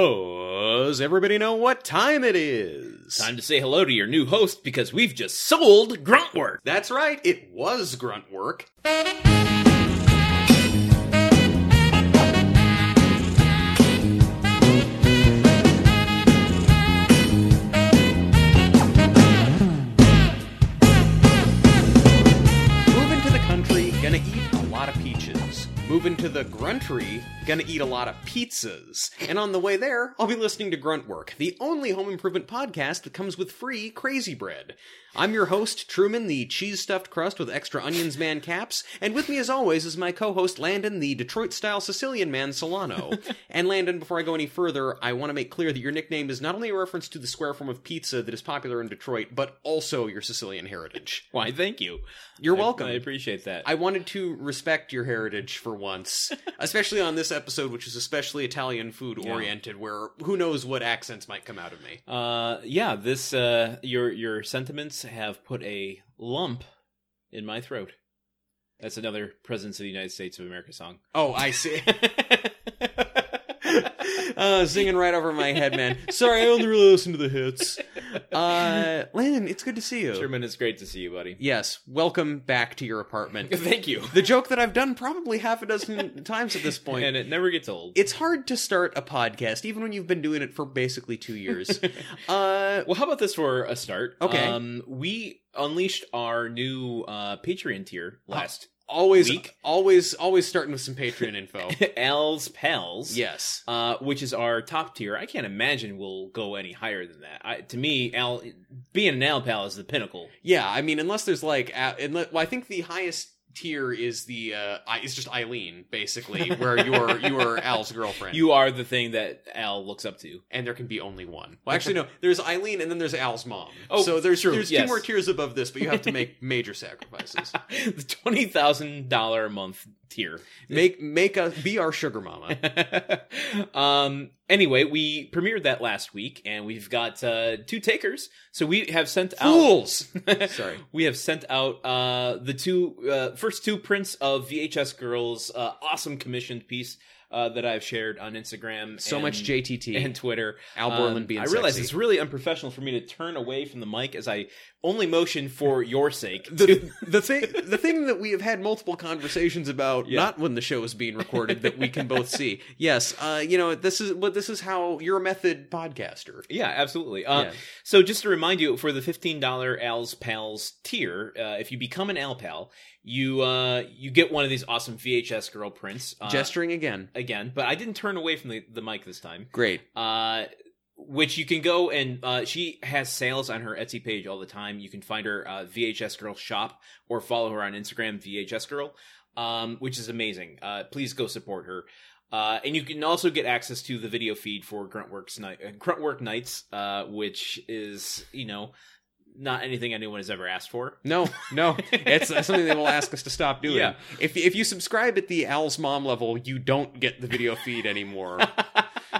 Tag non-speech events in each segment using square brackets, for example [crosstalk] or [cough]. Does everybody know what time it is? Time to say hello to your new host because we've just sold grunt work. That's right, it was grunt work. Moving to the country, gonna eat a lot of peaches. Moving to the gruntry, gonna eat a lot of pizzas. And on the way there, I'll be listening to Grunt Work, the only home improvement podcast that comes with free crazy bread. I'm your host, Truman, the cheese stuffed crust with extra onions man caps, and with me as always is my co-host Landon, the Detroit style Sicilian man Solano. and Landon, before I go any further, I want to make clear that your nickname is not only a reference to the square form of pizza that is popular in Detroit, but also your Sicilian heritage. Why, thank you. You're I- welcome. I, appreciate that. I wanted to respect your heritage for [laughs] once, especially on this episode, which is especially Italian food oriented, where who knows what accents might come out of me. uh, yeah, this uh, your your sentiments have put a lump in my throat. That's another Presidents of the United States of America song. Oh, I see. [laughs] uh, singing right over my head, man. Sorry, I only really listen to the hits. Uh, Landon, it's good to see you. Sherman, it's great to see you, buddy. Yes, welcome back to your apartment. Thank you. the joke that I've done probably half a [laughs] dozen times at this point. And it never gets old. it's hard to start a podcast, even when you've been doing it for basically two [laughs] years. uh, Well, how about this for a start? Okay. Um, we unleashed our new uh, Patreon tier last. always Week? always always starting with some patreon [laughs] info [laughs] Al's Pals. yes Uh, which is our top tier. I can't imagine we'll go any higher than that. I, to me, Al being an Al pal is the pinnacle. yeah i mean unless there's like uh, unless, well i think the highest tier is the uh I- it's just eileen basically [laughs] where you're you are al's girlfriend You are the thing that Al looks up to. [laughs] and there can be only one well actually no there's eileen and then there's al's mom Oh, so there's true, there's two yes. more tiers above this but you have to [laughs] make major sacrifices the twenty thousand dollar a month tier. [laughs] make make us be our sugar mama um. Anyway, we premiered that last week, and we've got uh, two takers. So we have sent out. [laughs] fools sorry We have sent out uh, the two uh, first two prints of VHS Girls' uh, awesome commissioned piece uh, that I've shared on Instagram. so and- much jtt and Twitter. Al Um, Borland being I realize sexy. it's really unprofessional for me to turn away from the mic as I only [laughs] motion for your sake. [laughs] the the thing the thing that we have had multiple conversations about Yeah. not when the show is being recorded that we can both see yes uh you know this is what this is how you're a method podcaster yeah, absolutely. Uh, Yeah. So, just to remind you, for the fifteen dollar Al's Pals tier, uh, if you become an Al Pal, you uh, you get one of these awesome VHS girl prints. Uh, gesturing again again, but I didn't turn away from the, the mic this time. great Uh, which you can go and uh, she has sales on her Etsy page all the time. You can find her uh, VHS Girl Shop or follow her on Instagram VHS Girl, um, which is amazing. Uh, please go support her. Uh, and you can also get access to the video feed for Gruntworks night, uh, Gruntwork Nights, uh, which is you know not anything anyone has ever asked for. no [laughs] no it's uh, something they will ask us to stop doing Yeah. if if you subscribe at the owl's mom level you don't get the video feed anymore [laughs]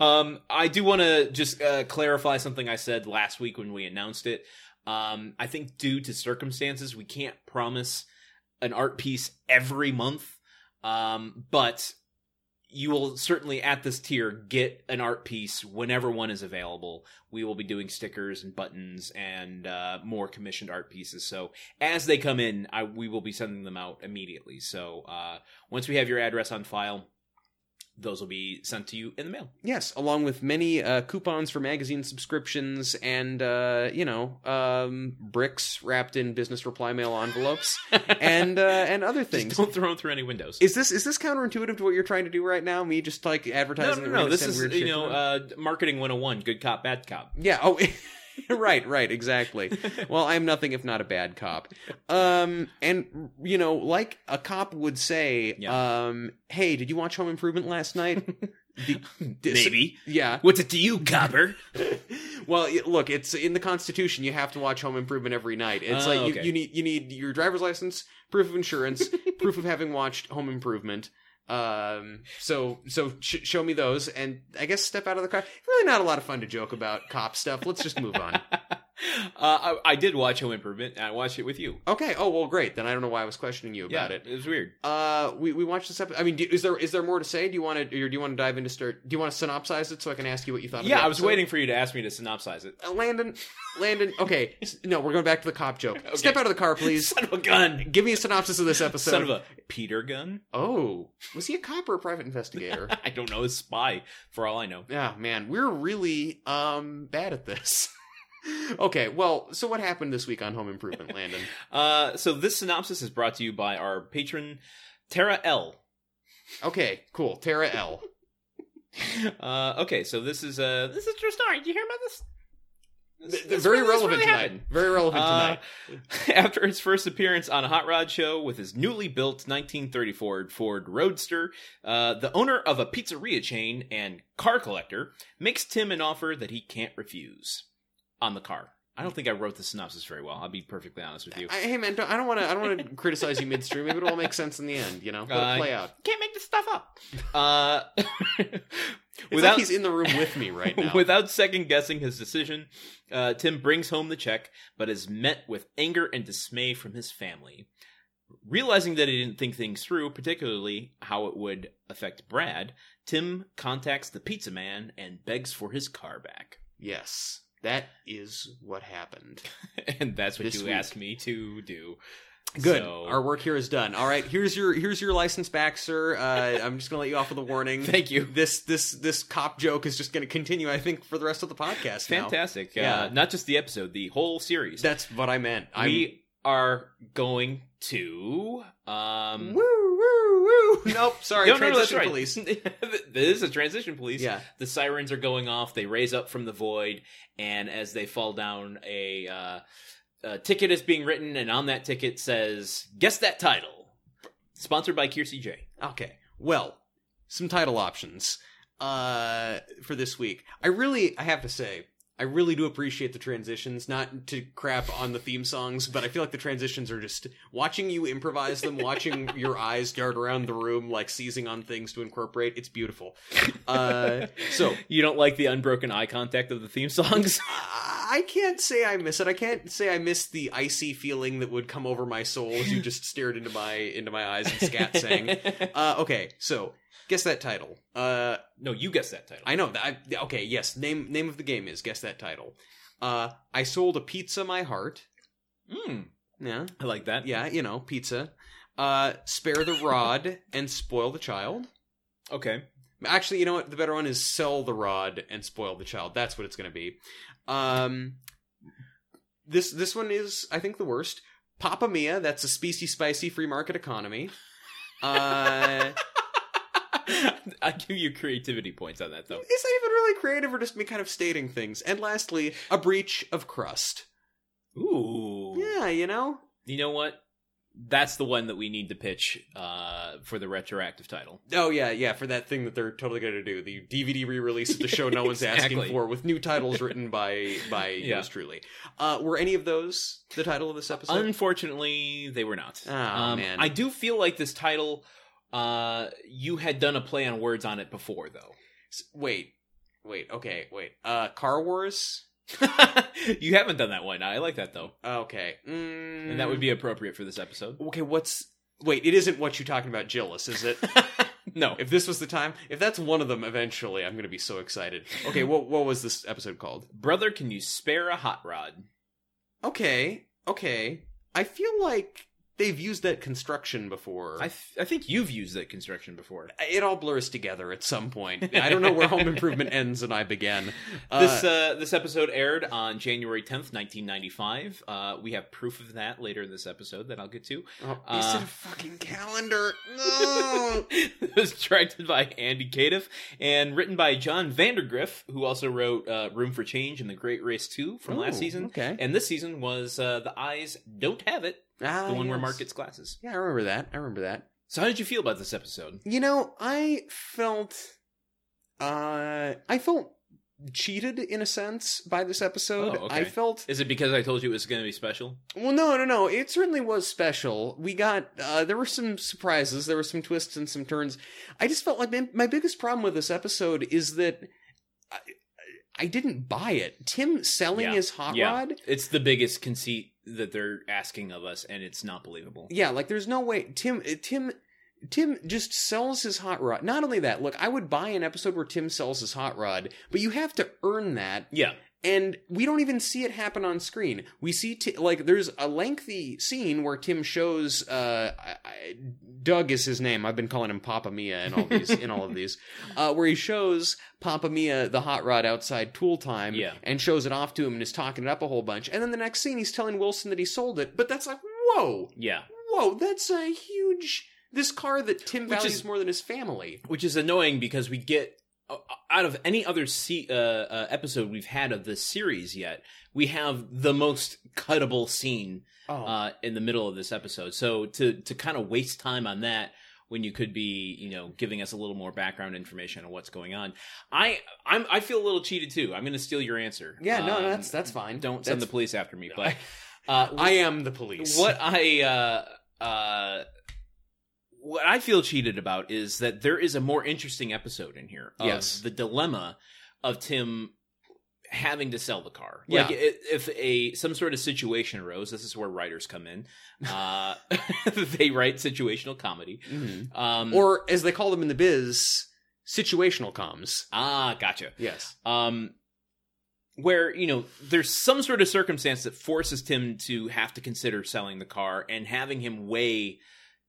um, I do want to just uh, clarify something I said last week when we announced it. Um, I think due to circumstances, we can't promise an art piece every month, um, but you will certainly at this tier get an art piece whenever one is available. We will be doing stickers and buttons and uh, more commissioned art pieces. So as they come in, I, we will be sending them out immediately. So uh, once we have your address on file, those will be sent to you in the mail. yes along with many uh coupons for magazine subscriptions and uh you know um bricks wrapped in business reply mail [laughs] envelopes and uh and other things Just [laughs] don't throw them through any windows. Is this is this counterintuitive to what you're trying to do right now? Me just like no, advertising? no, that no. we're gonna This send is weird you shit to know them? uh, marketing 101, good cop, bad cop. yeah. Oh, [laughs] right, right, exactly. well, I'm nothing if not a bad cop. Um, and you know, like a cop would say, um, hey, did you watch Home Improvement last night? [laughs] The- this- Maybe. Yeah. What's it to [laughs] you, copper? Well, it- look, it's in the Constitution. You have to watch Home Improvement every night. It's Oh, like you, okay. you need you need your driver's license, proof of [laughs] insurance, proof of having watched Home Improvement. Um, so so sh- show me those, and I guess step out of the car. Really, not a lot of fun to joke about cop stuff. Let's just move on. Uh, I, I did watch Home Improvement. and I watched it with you Okay. Oh well, great. Then I don't know why I was questioning you about it. It was weird. Uh, we we watched this episode. I mean, do, is there is there more to say? Do you want to or do you want to dive into start? Do you want to synopsize it so I can ask you what you thought? of Yeah, the I was episode? waiting for you to ask me to synopsize it. [laughs] Uh, Landon, Landon. Okay, S- no, we're going back to the cop [laughs] joke. Step out of the car, please. Son of a gun. Give me a synopsis of this episode. Son of a Peter gun. oh, was he a cop or a private investigator? [laughs] I don't know. A spy, for all I know. Yeah, man, we're really um bad at this. [laughs] okay, well, so what happened this week on Home Improvement, [laughs] Landon? Uh, so this synopsis is brought to you by our patron Tara L. Okay, cool. Tara L. Uh, okay, so this is uh, this is a true story. Did you hear about this? Th- th- very really- this relevant really tonight. happened. Very relevant tonight. Uh, [laughs] after his first appearance on a hot rod show with his newly built 1934 Ford Roadster, uh, the owner of a pizzeria chain and car collector makes Tim an offer that he can't refuse on the car. I don't think I wrote the synopsis very well. I'll be perfectly honest with you. I, hey man, don't, I don't want to. I don't [laughs] want to criticize you midstream. Maybe it'll all make sense in the end. You know, let Uh, it play out. can't make this stuff up. Uh, [laughs] It's like he's in the room with me right now. Without second guessing his decision, uh, Tim brings home the check, but is met with anger and dismay from his family. Realizing that he didn't think things through, particularly how it would affect Brad, Tim contacts the pizza man and begs for his car back. [laughs] yes, that is what happened. and that's what This you week. asked me to do. Good. So- Our work here is done. All right. Here's your here's your license back, sir. Uh, I'm just gonna let you off with a warning. [laughs] Thank you. This this this cop joke is just gonna continue. I think for the rest of the podcast. now. Fantastic. Yeah. Uh, not just the episode, the whole series. That's what I meant. I'm, we are going to um woo woo woo. Nope. Sorry. no, no, no, that's transition right. police. [laughs] this is a transition police. Yeah. The sirens are going off. They raise up from the void, and as they fall down, a, uh, a ticket is being written, and on that ticket says, "Guess that title." Sponsored by Kiersey J. Okay. Well, some title options uh, for this week. I really, I have to say, I really do appreciate the transitions. Not to crap on the theme songs, but I feel like the transitions are just watching you improvise them, watching your eyes dart around the room, like seizing on things to incorporate. It's beautiful. Uh, so. [laughs] you don't like the unbroken eye contact of the theme [laughs] songs? I can't say I miss it. I can't say I miss the icy feeling that would come over my soul as you just stared into my into my eyes and scat sang. Uh, okay, so guess that title. Uh, no, you guess that title. I know. that- I, okay, yes. Name name of the game is guess that title. Uh, I sold a pizza my heart. Mm, Yeah, I like that. yeah, you know, pizza. Uh, spare the rod and spoil the child. Okay. Actually, you know what? The better one is sell the rod and spoil the child. That's what it's going to be. Um, this this one is, I think, the worst. Papa Mia. That's a specy, spicy free market economy. Uh. [laughs] I give you creativity points on that though. Is that even really creative or just me kind of stating things? And lastly, a breach of crust. Ooh. Yeah, you know? You know what? That's the one that we need to pitch uh, for the retroactive title. Oh, yeah, yeah, for that thing that they're totally going to do the DVD re release of the show [laughs] no one's Exactly. asking for with new titles [laughs] written by by Yeah. yours truly. Uh, were any of those the title of this episode? Unfortunately, they were not. Oh, um, man. I do feel like this title, uh, you had done a play on words on it before, though. [laughs] S- wait, wait, okay, wait. Uh, Car Wars? you haven't done that one. I like that though, Okay. Mm. and that would be appropriate for this episode. Okay, what's. Wait, it isn't what you talking about, Jillis, is [laughs] it? no, If this was the time, if that's one of them, eventually I'm going to be so excited. Okay, what what was this episode called? brother, can you spare a hot rod? Okay, okay. I feel like they've used that construction before. I th- I think you've used that construction before. it all blurs together at some point. I don't know where Home Improvement ends and I begin. Uh, this uh, this episode aired on January tenth, nineteen ninety five. Uh, we have proof of that later in this episode that I'll get to. oh, is uh, it a fucking calendar? No. it [laughs] was directed by Andy Cadiff and written by John Vandergriff, who also wrote uh, Room for Change and The Great Race 2 from last Ooh, season. Okay. And this season was uh, The Eyes Don't Have It, the Ah, one where yes. Mark gets glasses. Yeah, I remember that. I remember that. So, how did you feel about this episode? You know, I felt uh I felt cheated in a sense by this episode. Oh, okay. I felt Is it because I told you it was going to be special? Well, no, no, no. It certainly was special. We got uh, there were some surprises, there were some twists and some turns. I just felt like man, my biggest problem with this episode is that I, I didn't buy it. Tim selling Yeah. his hot Yeah. rod? It's the biggest conceit that they're asking of us, and it's not believable. Yeah, like there's no way Tim uh, Tim Tim just sells his hot rod. Not only that, look, I would buy an episode where Tim sells his hot rod, but you have to earn that Yeah, and we don't even see it happen on screen. We see t- like there's a lengthy scene where Tim shows uh, I, I, Doug is his name. I've been calling him Papa Mia in all these in all of [laughs] these, uh, where he shows Papa Mia the hot rod outside tool time, Yeah. and shows it off to him and is talking it up a whole bunch. And then the next scene, he's telling Wilson that he sold it. But that's like, whoa, yeah. whoa, that's a huge. This car that Tim Which values is- more than his family. Which is annoying because we get uh, out of any other se- uh, uh, episode we've had of this series yet, we have the most cuttable scene Oh, uh, in the middle of this episode. So to to kind of waste time on that when you could be you know giving us a little more background information on what's going on, I I'm I feel a little cheated too. I'm going to steal your answer. yeah, no, Um, that's that's fine. don't send the That's- police after me. [laughs] But uh, I am the police. [laughs] what I uh, uh, what I feel cheated about is that there is a more interesting episode in here. Of Yes. the dilemma of Tim having to sell the car. Yeah. Like i- if a some sort of situation arose, this is where writers come in. Uh, [laughs] they write situational comedy. Mhm. Um, or as they call them in the biz, situational comms. ah, gotcha. Yes. um, where you know there's some sort of circumstance that forces Tim to have to consider selling the car and having him weigh,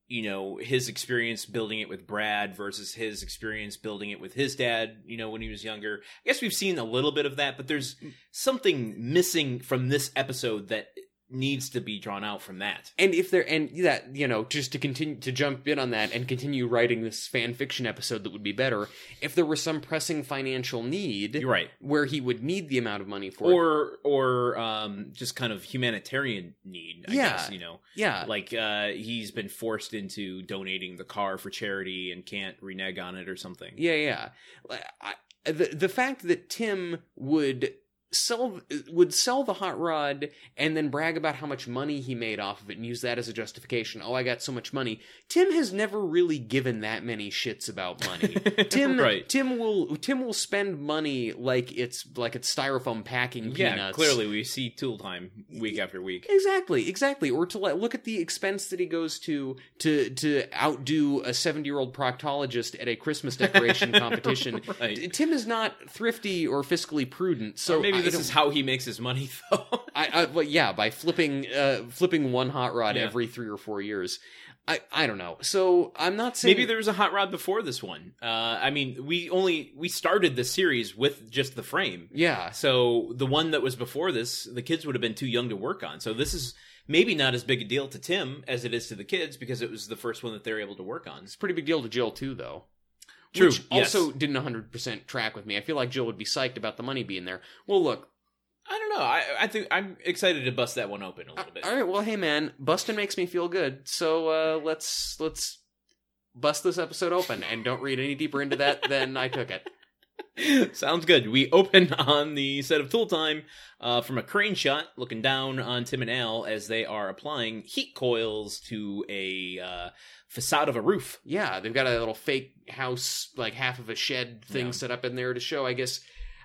you know, his experience building it with Brad versus his experience building it with his dad, you know, when he was younger. I guess we've seen a little bit of that, but there's something missing from this episode that needs to be drawn out from that. And if they're and that you know just to continue to jump in on that and continue writing this fan fiction episode that would be better if there were some pressing financial need You're right. where he would need the amount of money for it. Or or um just kind of humanitarian need, I Yeah. guess, you know. yeah like uh he's been forced into donating the car for charity and can't renege on it or something yeah yeah Like, I, the the fact that Tim would sell would sell the hot rod and then brag about how much money he made off of it and use that as a justification oh I got so much money Tim has never really given that many shits about [laughs] money Tim right Tim will Tim will spend money like it's like it's styrofoam packing peanuts. yeah clearly we see tool time week after week Exactly, exactly. Or to like, look at the expense that he goes to to to outdo a 70-year-old proctologist at a [laughs] Christmas decoration competition. Right. T- Tim is not thrifty or fiscally prudent, so so maybe I this don't- is how he makes his money [laughs] though I, I well, yeah, by flipping uh flipping one hot rod Yeah. every 3 or 4 years. I I don't know. So, I'm not saying maybe there was a hot rod before this one uh i mean we only we started the series with just the frame Yeah. so the one that was before this the kids would have been too young to work on so this is maybe not as big a deal to tim as it is to the kids because it was the first one that they're able to work on It's a pretty big deal to Jill too, though. True, Which yes. also didn't 100% track with me. I feel like Jill would be psyched about the money being there. Well, look. I don't know. I I think I'm excited to bust that one open a little bit. All right, well, hey man, busting makes me feel good. So, uh let's let's bust this episode open and don't read any deeper into that than I took [laughs] it. Sounds good. We open [laughs] on the set of Tool Time uh, from a crane shot, looking down on Tim and Al as they are applying heat coils to a uh, facade of a roof. Yeah, they've got a little fake house like half of a shed thing Yeah. set up in there to show, I guess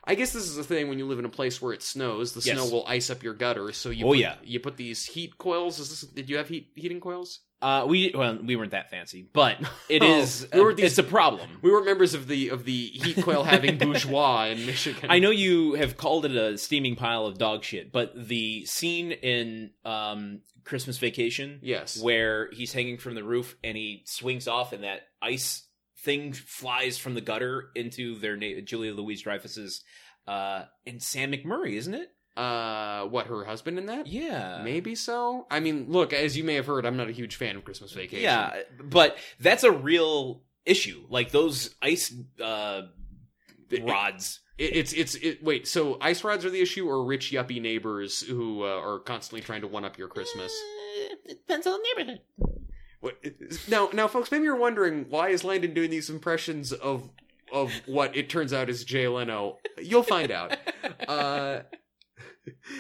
I guess this is the thing when you live in a place where it snows, the Yes. snow will ice up your gutter, so you Oh, put, yeah. you put these heat coils. Is this did you have heat heating coils? Uh, we well, we weren't that fancy, [laughs] but it Oh, is we were these- it's [laughs] a problem. We were members of the of the heat coil [laughs] having bourgeois in Michigan. I know you have called it a steaming pile of dog shit, but the scene in um, Christmas Vacation Yes. where he's hanging from the roof and he swings off and that ice thing flies from the gutter into their na- Julia Louise Dreyfus's uh and Sam McMurray, isn't it? Uh, what her husband in that? Yeah. Maybe so. I mean, look, as you may have heard, I'm not a huge fan of Christmas Vacation. Yeah, but that's a real issue. Like those ice uh It- rods. it- it's it's it. Wait, so ice rods are the issue, or rich yuppie neighbors who uh, are constantly trying to one up your Christmas? Uh, it depends on the neighborhood. What, now, now, folks, maybe you're wondering why is Landon doing these impressions of of what it turns out is Jay Leno. You'll find out. Uh,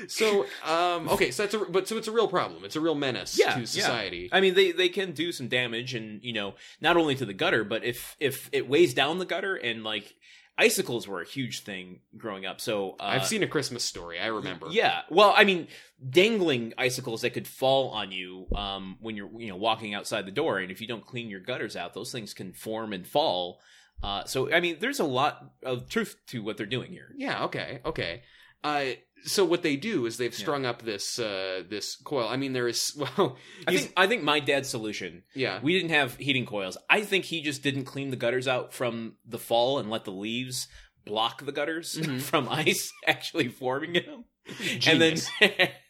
so, um, okay, so that's a but so it's a real problem. It's a real menace Yeah, yeah. to society. [laughs] I mean, they they can do some damage, and you know, not only to the gutter, but if if it weighs down the gutter and like. icicles were a huge thing growing up. So uh, I've seen a Christmas story. I remember. Yeah. Well, I mean, dangling icicles that could fall on you um, when you're you know walking outside the door, and if you don't clean your gutters out, those things can form and fall. Uh, so I mean, there's a lot of truth to what they're doing here. Yeah. Okay. Okay. Uh, so what they do is they've Yeah. strung up this uh, this coil. I mean, there is [laughs] well, I he's- think I think my dad's solution. [laughs] yeah, We didn't have heating coils. I think he just didn't clean the gutters out from the fall and let the leaves block the gutters [laughs] Mhm. from ice actually forming in them. And then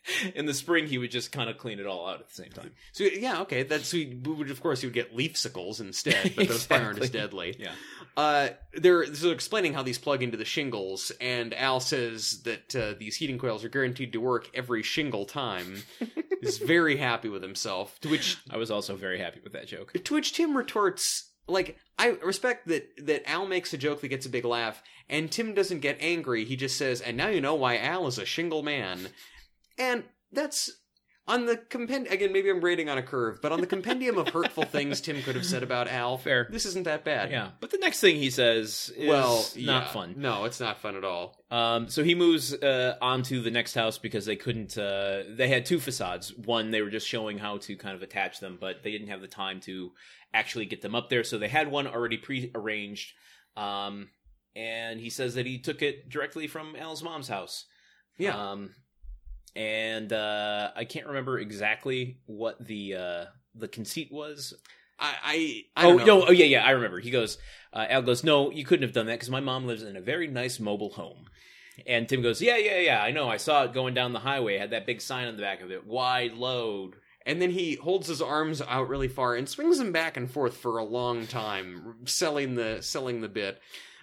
[laughs] in the spring, he would just kind of clean it all out at the same time. So yeah, okay. That's we would of course you would get leafsicles instead, but those probably aren't as [laughs] Exactly. deadly. Yeah. Uh, they're so explaining how these plug into the shingles, and Al says that uh, these heating coils are guaranteed to work every shingle [laughs] time. He's very happy with himself. To which I was also very happy with that joke. to which Tim retorts, like, I respect that that Al makes a joke that gets a big laugh, and Tim doesn't get angry. He just says, "And now you know why Al is a shingle man," and that's on the compend. Again, maybe I'm grading on a curve, but on the compendium of hurtful things Tim could have said about Al, Fair. This isn't that bad. Yeah. But the next thing he says is Well, not yeah. fun. No, it's not fun at all. Um, so he moves uh, on to the next house because they couldn't. Uh, they had two facades. One, they were just showing how to kind of attach them, but they didn't have the time to actually get them up there. So they had one already pre-arranged. Um, and he says that he took it directly from Al's mom's house. Yeah. Um, and uh, I can't remember exactly what the uh, the conceit was I, I, I oh don't know. no! Oh yeah, yeah. I remember. He goes. Uh, Al goes. No, you couldn't have done that because my mom lives in a very nice mobile home. And Tim goes. Yeah, yeah, yeah. I know. I saw it going down the highway. It had that big sign on the back of it. Wide load. And then he holds his arms out really far and swings them back and forth for a long time, selling the selling the bit.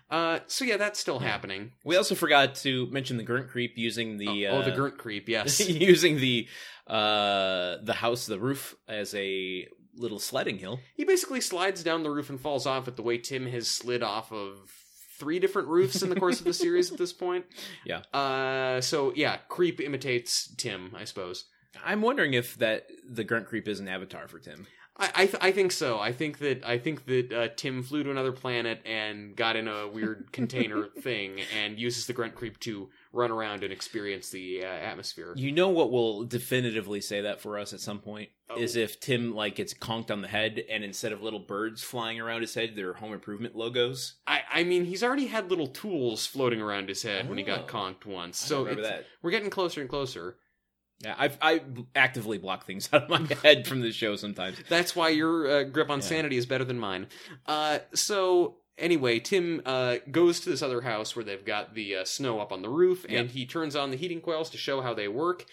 Uh, so yeah, that's still happening. We also forgot to mention the grunt creep using the oh, oh, the uh, Gert creep, [laughs] yes. using the uh, the house the roof as a little sledding hill. he basically slides down the roof and falls off at the way Tim has slid off of three different roofs in the course of the series at this point. [laughs] Yeah. Uh, so yeah, creep imitates Tim, I suppose. I'm wondering if that the grunt creep is an avatar for Tim. I I, th- I think so. I think that I think that uh, Tim flew to another planet and got in a weird container thing and uses the grunt creep to run around and experience the uh, atmosphere. You know what will definitively say that for us at some point Oh. is if Tim like gets conked on the head, and instead of little birds flying around his head, they're home improvement logos. I, I mean, he's already had little tools floating around his head when he got Oh. conked once. I So remember it's- that. we're getting closer and closer. Yeah, I I actively block things [laughs] out of my head from this show sometimes. That's why your uh, grip on Yeah. sanity is better than mine. Uh, so anyway, Tim uh, goes to this other house where they've got the uh, snow up on the roof, and he turns on the heating coils to show how they work.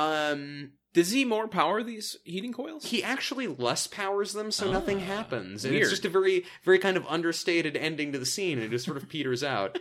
Um, Does he more power these heating coils? he actually less powers them, so Ah, nothing happens, and weird. it's just a very, very kind of understated ending to the scene, and it just sort of peters [laughs] out.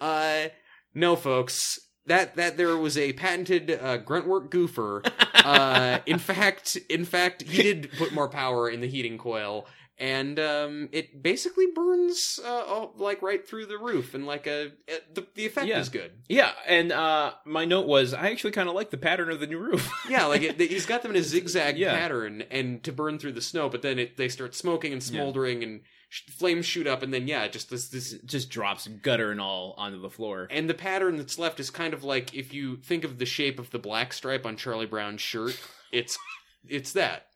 Uh, no, folks. That, that there was a patented uh, grunt work goofer uh, [laughs] in fact, in fact, he did put more power in the heating coil, and um, it basically burns uh, all, like right through the roof, and like a it, the, the effect Yeah. is good. yeah, and uh, my note was I actually kind of like the pattern of the new roof. [laughs] Yeah, like it, he's got them in a zigzag Yeah. pattern, and to burn through the snow, but then it, they start smoking and Yeah. smoldering, and sh- flames shoot up, and then yeah, just this this. It just drops gutter and all onto the floor. [laughs] And the pattern that's left is kind of like if you think of the shape of the black stripe on Charlie Brown's shirt, it's it's [laughs] that.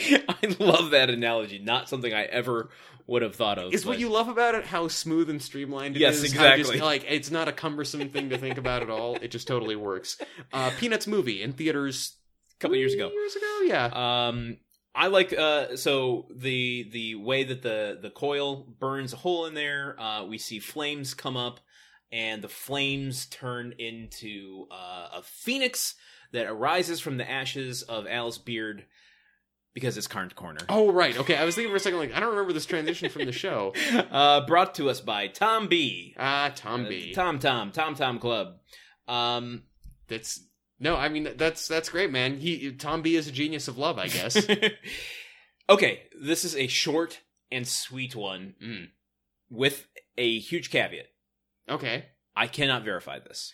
I love that analogy. Not something I ever would have thought of. Is what but- you love about it how smooth and streamlined it is. Yes, how just, exactly. like it's not a cumbersome thing to think about at all. It just totally works. Uh, Peanuts movie in theaters a couple years ago. Years ago, yeah. Um, I like uh, so the the way that the the coil burns a hole in there. Uh, we see flames come up, and the flames turn into uh, a phoenix that arises from the ashes of Al's beard because it's Carn's corner. Oh right, okay. I was thinking for a second, like I don't remember this transition from the show. Uh, brought to us by Tom B. Ah, Tom B. Uh, Tom Tom Tom Tom Club. [laughs] Um, That's no, I mean that's that's great, man. He Tom B is a genius of love, I guess. [laughs] okay, this is a short and sweet one Mm. with a huge caveat. Okay. I cannot verify this.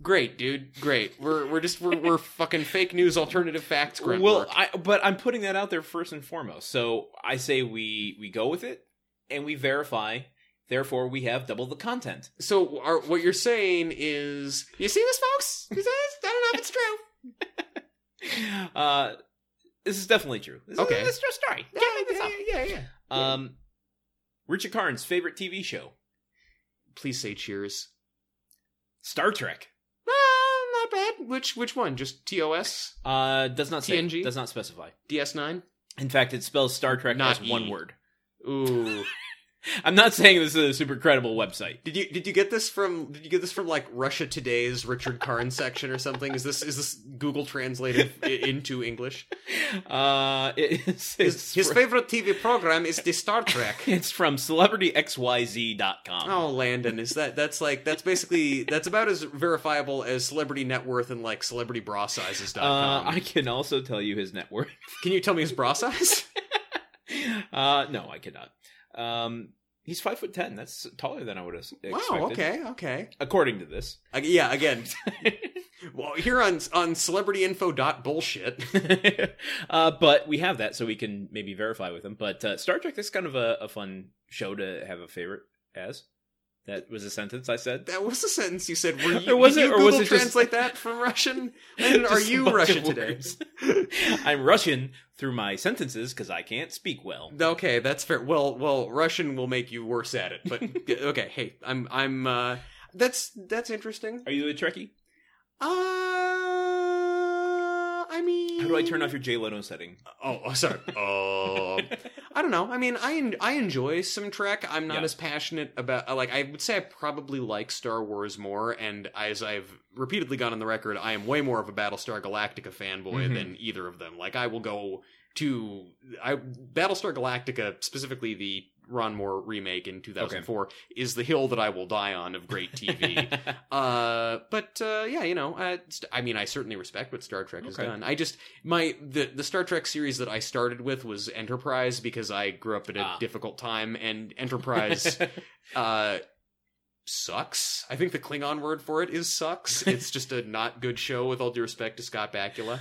Great, dude. Great. We're we're just we're, we're fucking fake news, alternative facts. Grunt well, work. I, but I'm putting that out there first and foremost. So I say we we go with it and we verify Therefore, we have double the [laughs] content. So are, what you're saying is, you see this, folks? You see this? I don't know if it's [laughs] true. Uh, this is definitely true. This Okay. Is, this is a true story. Yeah, Can't make this yeah, up. yeah, yeah, yeah. Um, Richard Karn's favorite TV show, Please say [laughs] Cheers. Star Trek. Ah, not bad. Which which one? Just TOS, Uh, does not say. TNG? Does not specify. DS9. In fact, it spells Star Trek Not as one E. word. Ooh. I'm not saying this is a super credible website. did you did you get this from did you get this from like Russia Today's Richard Karn section or something? Is this is this Google [laughs] translated i- into English? Uh, it is, His, it's, his from, favorite TV program is the [laughs] Star Trek. it's from celebrityxyz.com. Oh, Landon, is that that's like that's basically that's about as verifiable as celebrity net worth and like celebrity bra sizes. dot Uh, com. I can also tell you his net worth. [laughs] Can you tell me his bra size? Uh, no, I cannot. Um, he's five foot ten. That's taller than I would have expected. Wow. Okay. Okay. According to this, [laughs] Ag- yeah. Again. well, here on on celebrityinfo dot bullshit. uh, but we have that, so we can maybe verify with him. But uh, Star Trek is kind of a, a fun show to have a favorite as. That was a sentence [laughs] I said. That was the sentence you said. Were you, Or was did it- you or was Google it just- translate that from Russian? [laughs] Landon, are Just a you bunch Russian of today? words. [laughs] I'm Russian through my sentences because I can't speak well. [laughs] Okay, that's fair. Well, well, Russian will make you worse at it. But [laughs] okay, hey, I'm I'm. uh That's that's interesting. Are you a Trekkie? Uh, I mean, How do I turn off your Jay Leno setting? Oh, oh, sorry. Oh, I don't know. I mean, I en- I enjoy some Trek. I'm not Yeah. as passionate about uh, like I would say I probably like Star Wars more. And as I've repeatedly gone on the record, I am way more of a Battlestar Galactica fanboy Mhm. than either of them. Like I will go to I Battlestar Galactica specifically the Ron Moore remake in 2004 is the hill that I will die on of great [laughs] [laughs] TV. Uh, but uh, yeah, you know, uh, st- I mean, I certainly respect what Star Trek has Okay. done. I just my the the Star Trek series that I started with was Enterprise because I grew up at a Ah. difficult time, [laughs] and Enterprise uh, sucks. I think the Klingon word for it is sucks. It's just a not good show. With all due respect to Scott Bakula,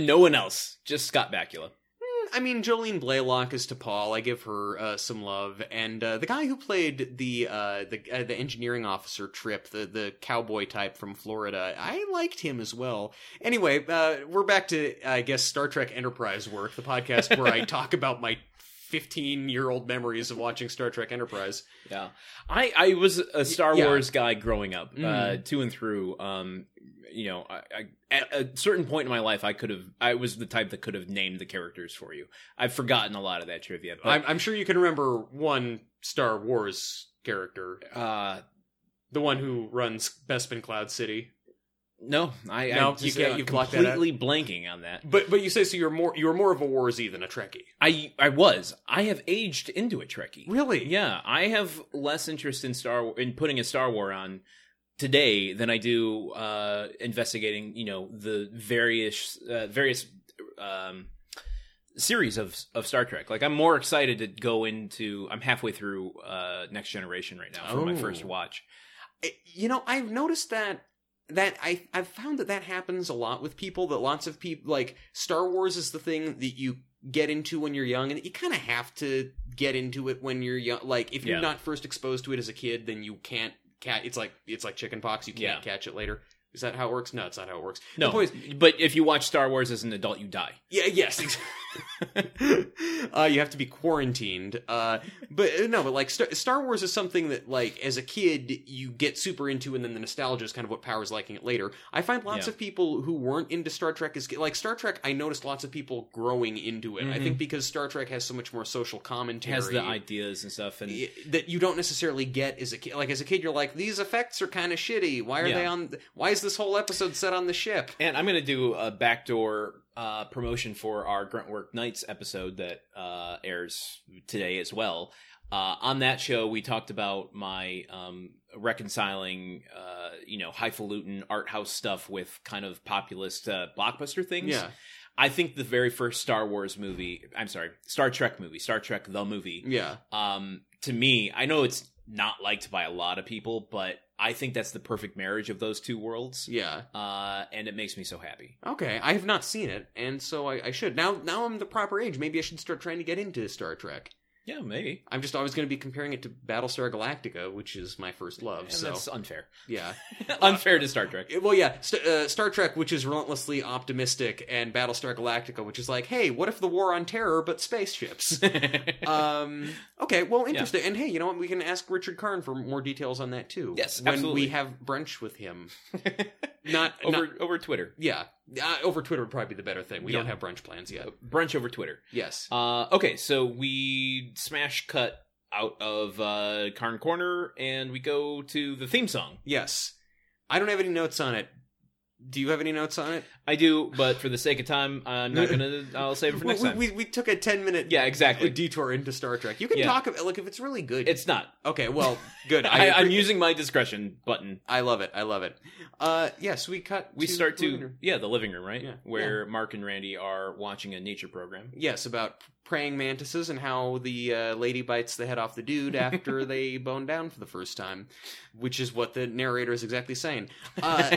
no one else, just Scott Bakula. Mm, I mean, Jolene Blaylock is to Paul. I give her uh, some love, and uh, the guy who played the uh, the uh, the engineering officer Trip, the the cowboy type from Florida, I liked him as well. Anyway, uh, we're back to I guess Star Trek Enterprise work, the podcast where I talk about my fifteen year old memories of watching Star Trek Enterprise. Yeah, I I was a Star Yeah. Wars guy growing up, uh, Mm. to and through. Um, you know, I, I, at a certain point in my life, I could have I was the type that could have named the characters for you. I've forgotten a lot of that trivia. But, I'm, I'm sure you can remember one Star Wars character, uh, the one who runs Bespin Cloud City. no, I No, I you just, can't- uh, you've blocked that out. completely blanking on that. But but you say so you're more you're more of a Warzy than a Trekkie. I I was I have aged into a Trekkie. Really? Yeah, I have less interest in Star in putting a Star War on today than I do uh, investigating, you know, the various uh, various um, series of of Star Trek. Like, I'm more excited to go into. I'm halfway through uh, Next Generation right now for my Oh. first watch. I- you know i've noticed that that i i've found that that happens a lot with people that lots of people like star wars is the thing that you get into when you're young and you kind of have to get into it when you're young like if you're Yeah. not first exposed to it as a kid then you can't catch it's like it's like chicken pox you can't catch it later is that how it works no it's not how it works No, point but if you watch Star Wars as an adult, you die. yeah yes ex- [laughs] uh, you have to be quarantined uh, but uh, no but like star-, star wars is something that like as a kid you get super into and then the nostalgia is kind of what powers liking it later i find lots Yeah. of people who weren't into star trek as like star trek i noticed lots of people growing into it i Mhm. think because star trek has so much more social commentary Has the ideas and stuff, and y- that you don't necessarily get as a kid like as a kid you're like these effects are kind of shitty why are Yeah. they on why is this whole episode set on the ship And I'm going to do a backdoor uh, promotion for our Gruntwork Nights episode that uh, airs today as well. Uh, on that show, we talked about my um, reconciling, uh, you know, highfalutin art house stuff with kind of populist uh, blockbuster things. yeah I think the very first Star Wars movie, I'm sorry, Star Trek movie, Star Trek the movie, yeah um, to me, I know it's not liked by a lot of people, but I think that's the perfect marriage of those two worlds. yeah Uh, and it makes me so happy. Okay, I have not seen it, and so I, I should now. Now I'm the proper age. Maybe I should start trying to get into Star Trek. Yeah, maybe. I'm just always going to be comparing it to Battlestar Galactica, which is my first love. And so that's [laughs] unfair. yeah, unfair to Star Trek. Uh, well, yeah, St- uh, Star Trek, which is relentlessly optimistic, and Battlestar Galactica, which is like, hey, what if the war on terror but [laughs] spaceships? um okay well interesting and hey you know what we can ask richard karn for more details on that too Yes, when absolutely. we have brunch with [laughs] him not over not- over Twitter. yeah uh, over twitter would probably be the better thing we don't Yeah. have brunch plans yet Brunch over Twitter. yes Uh, okay, so we smash cut out of uh, Karn Corner and we go to the theme song. yes i don't have any notes on it do you have any notes on it I do, but for the sake of time, I'm not [laughs] gonna. I'll save it for we, next time. we, we took a 10 minute yeah, exactly. detour into star trek you can Yeah. talk about look if it's really good It's not. okay well [laughs] good I, [laughs] i, I, am appre- using my discretion button. I love it i love it uh yes we cut We start to Lunar. yeah the living room right Yeah. where Mark and Randy are watching a nature [laughs] program. Yes, about praying mantises and how the uh, lady bites the head off the [laughs] dude after they bone down for the first time, which is what the narrator is exactly saying. [laughs] Uh,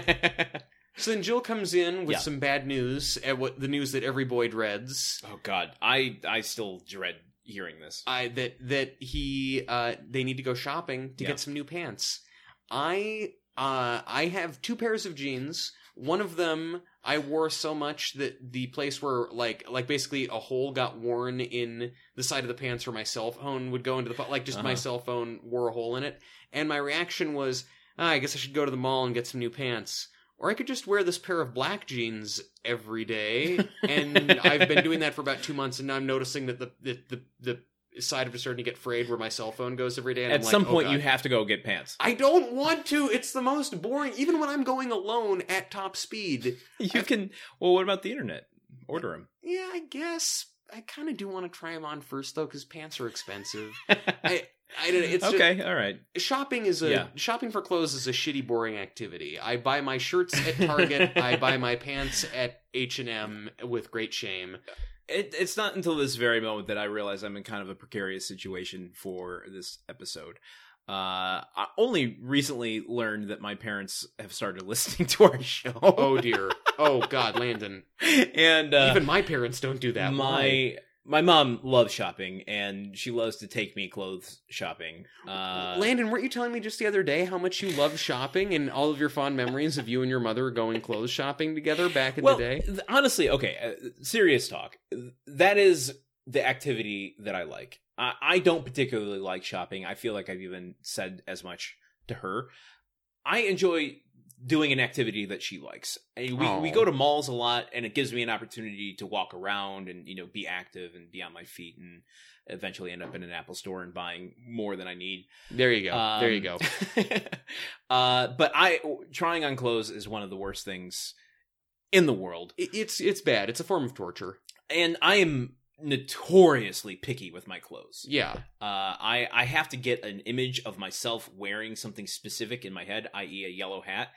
so then Jill comes in with Yeah. some bad news, and what the news that every boy dreads. oh God, I I still dread hearing this. I that that he uh, they need to go shopping to Yeah. get some new pants. I uh, I have two pairs of jeans. One of them I wore so much that the place where like like basically a hole got worn in the side of the pants where my cell phone would go into the po- like just my Uh-huh. cell phone wore a hole in it. And my reaction was, ah, I guess I should go to the mall and get some new pants. Or I could just wear this pair of black jeans every [laughs] day, and I've been doing that for about two months, and now I'm noticing that the the the, the side of it is starting to get frayed where my cell phone goes every day. And At I'm like, some "Oh, point, God." you have to go get pants. I don't want to. It's the most boring. Even when I'm going alone at top speed. [laughs] You can. Well, what about the internet? Order [laughs] them. Yeah, I guess I kind of do want to try them on first though, because pants are expensive. I I don't. know, It's just- okay, all right. shopping is a Yeah. shopping for clothes is a shitty boring activity i buy my shirts at target [laughs] i buy my pants at h&m with great shame It, it's not until this very moment that I realize I'm in kind of a precarious situation for this episode. Uh, I only recently learned that my parents have started [laughs] listening to our show. oh dear oh god landon and uh, even my parents don't do that Why? my my mom loves shopping, and she loves to take me clothes shopping. Uh, landon weren't you telling me just the other day how much you love shopping and all of your fond memories of you and your mother going clothes shopping together back in well, the day th- honestly, okay, uh, serious talk. Th- That is the activity that I like. I, I don't particularly like shopping. I feel like I've even said as much to her. I enjoy doing an activity that she likes. And we, we Aw. go to malls a lot, and it gives me an opportunity to walk around and you know be active and be on my feet, and eventually end up in an Apple store and buying more than I need. there you go there you go Um, [laughs] uh, but I trying on clothes is one of the worst things in the world, It- it's it's bad it's a form of torture and I am notoriously picky with my clothes. yeah Uh, I I have to get an image of myself wearing something specific in my head, i.e., a yellow hat.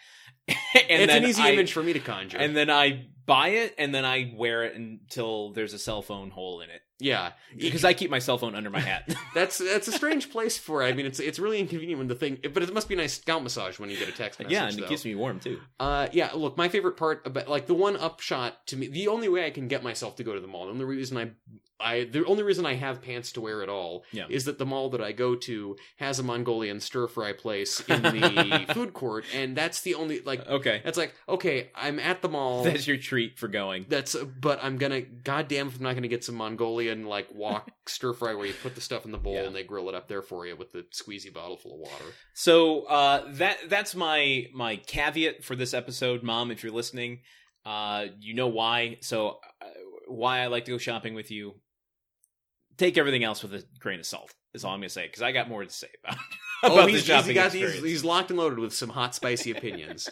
[laughs] and it's an then easy I- image for me to conjure And then I buy it, and then I wear it until there's a cell phone hole in it yeah because I keep my cell phone under [laughs] my hat. That's that's a strange place for. it. I mean, it's it's really inconvenient when the thing, but it must be a nice scalp massage when you get a text message. yeah, and though. it keeps me warm too. Uh, yeah. Look, my favorite part about like the one upshot to me, the only way I can get myself to go to the mall, the only reason I, I the only reason I have pants to wear at all Yeah. is that the mall that I go to has a Mongolian stir fry place [laughs] in the food court, and that's the only like Okay, that's like okay, I'm at the mall. [laughs] that's your treat for going. That's but I'm gonna goddamn if I'm not gonna get some Mongolian like [laughs] wok stir fry where you put the stuff in the bowl Yeah. and they grill it up there for you with the squeezy bottle full of water. So uh, that that's my my caveat for this episode, Mom. If you're listening, uh, you know why. So uh, why I like to go shopping with you. Take everything else with a grain of salt. Is all I'm gonna say because I got more to say about about oh, the he's, he's, shopping he got, he's, experience. he's locked and loaded with some hot spicy [laughs] opinions.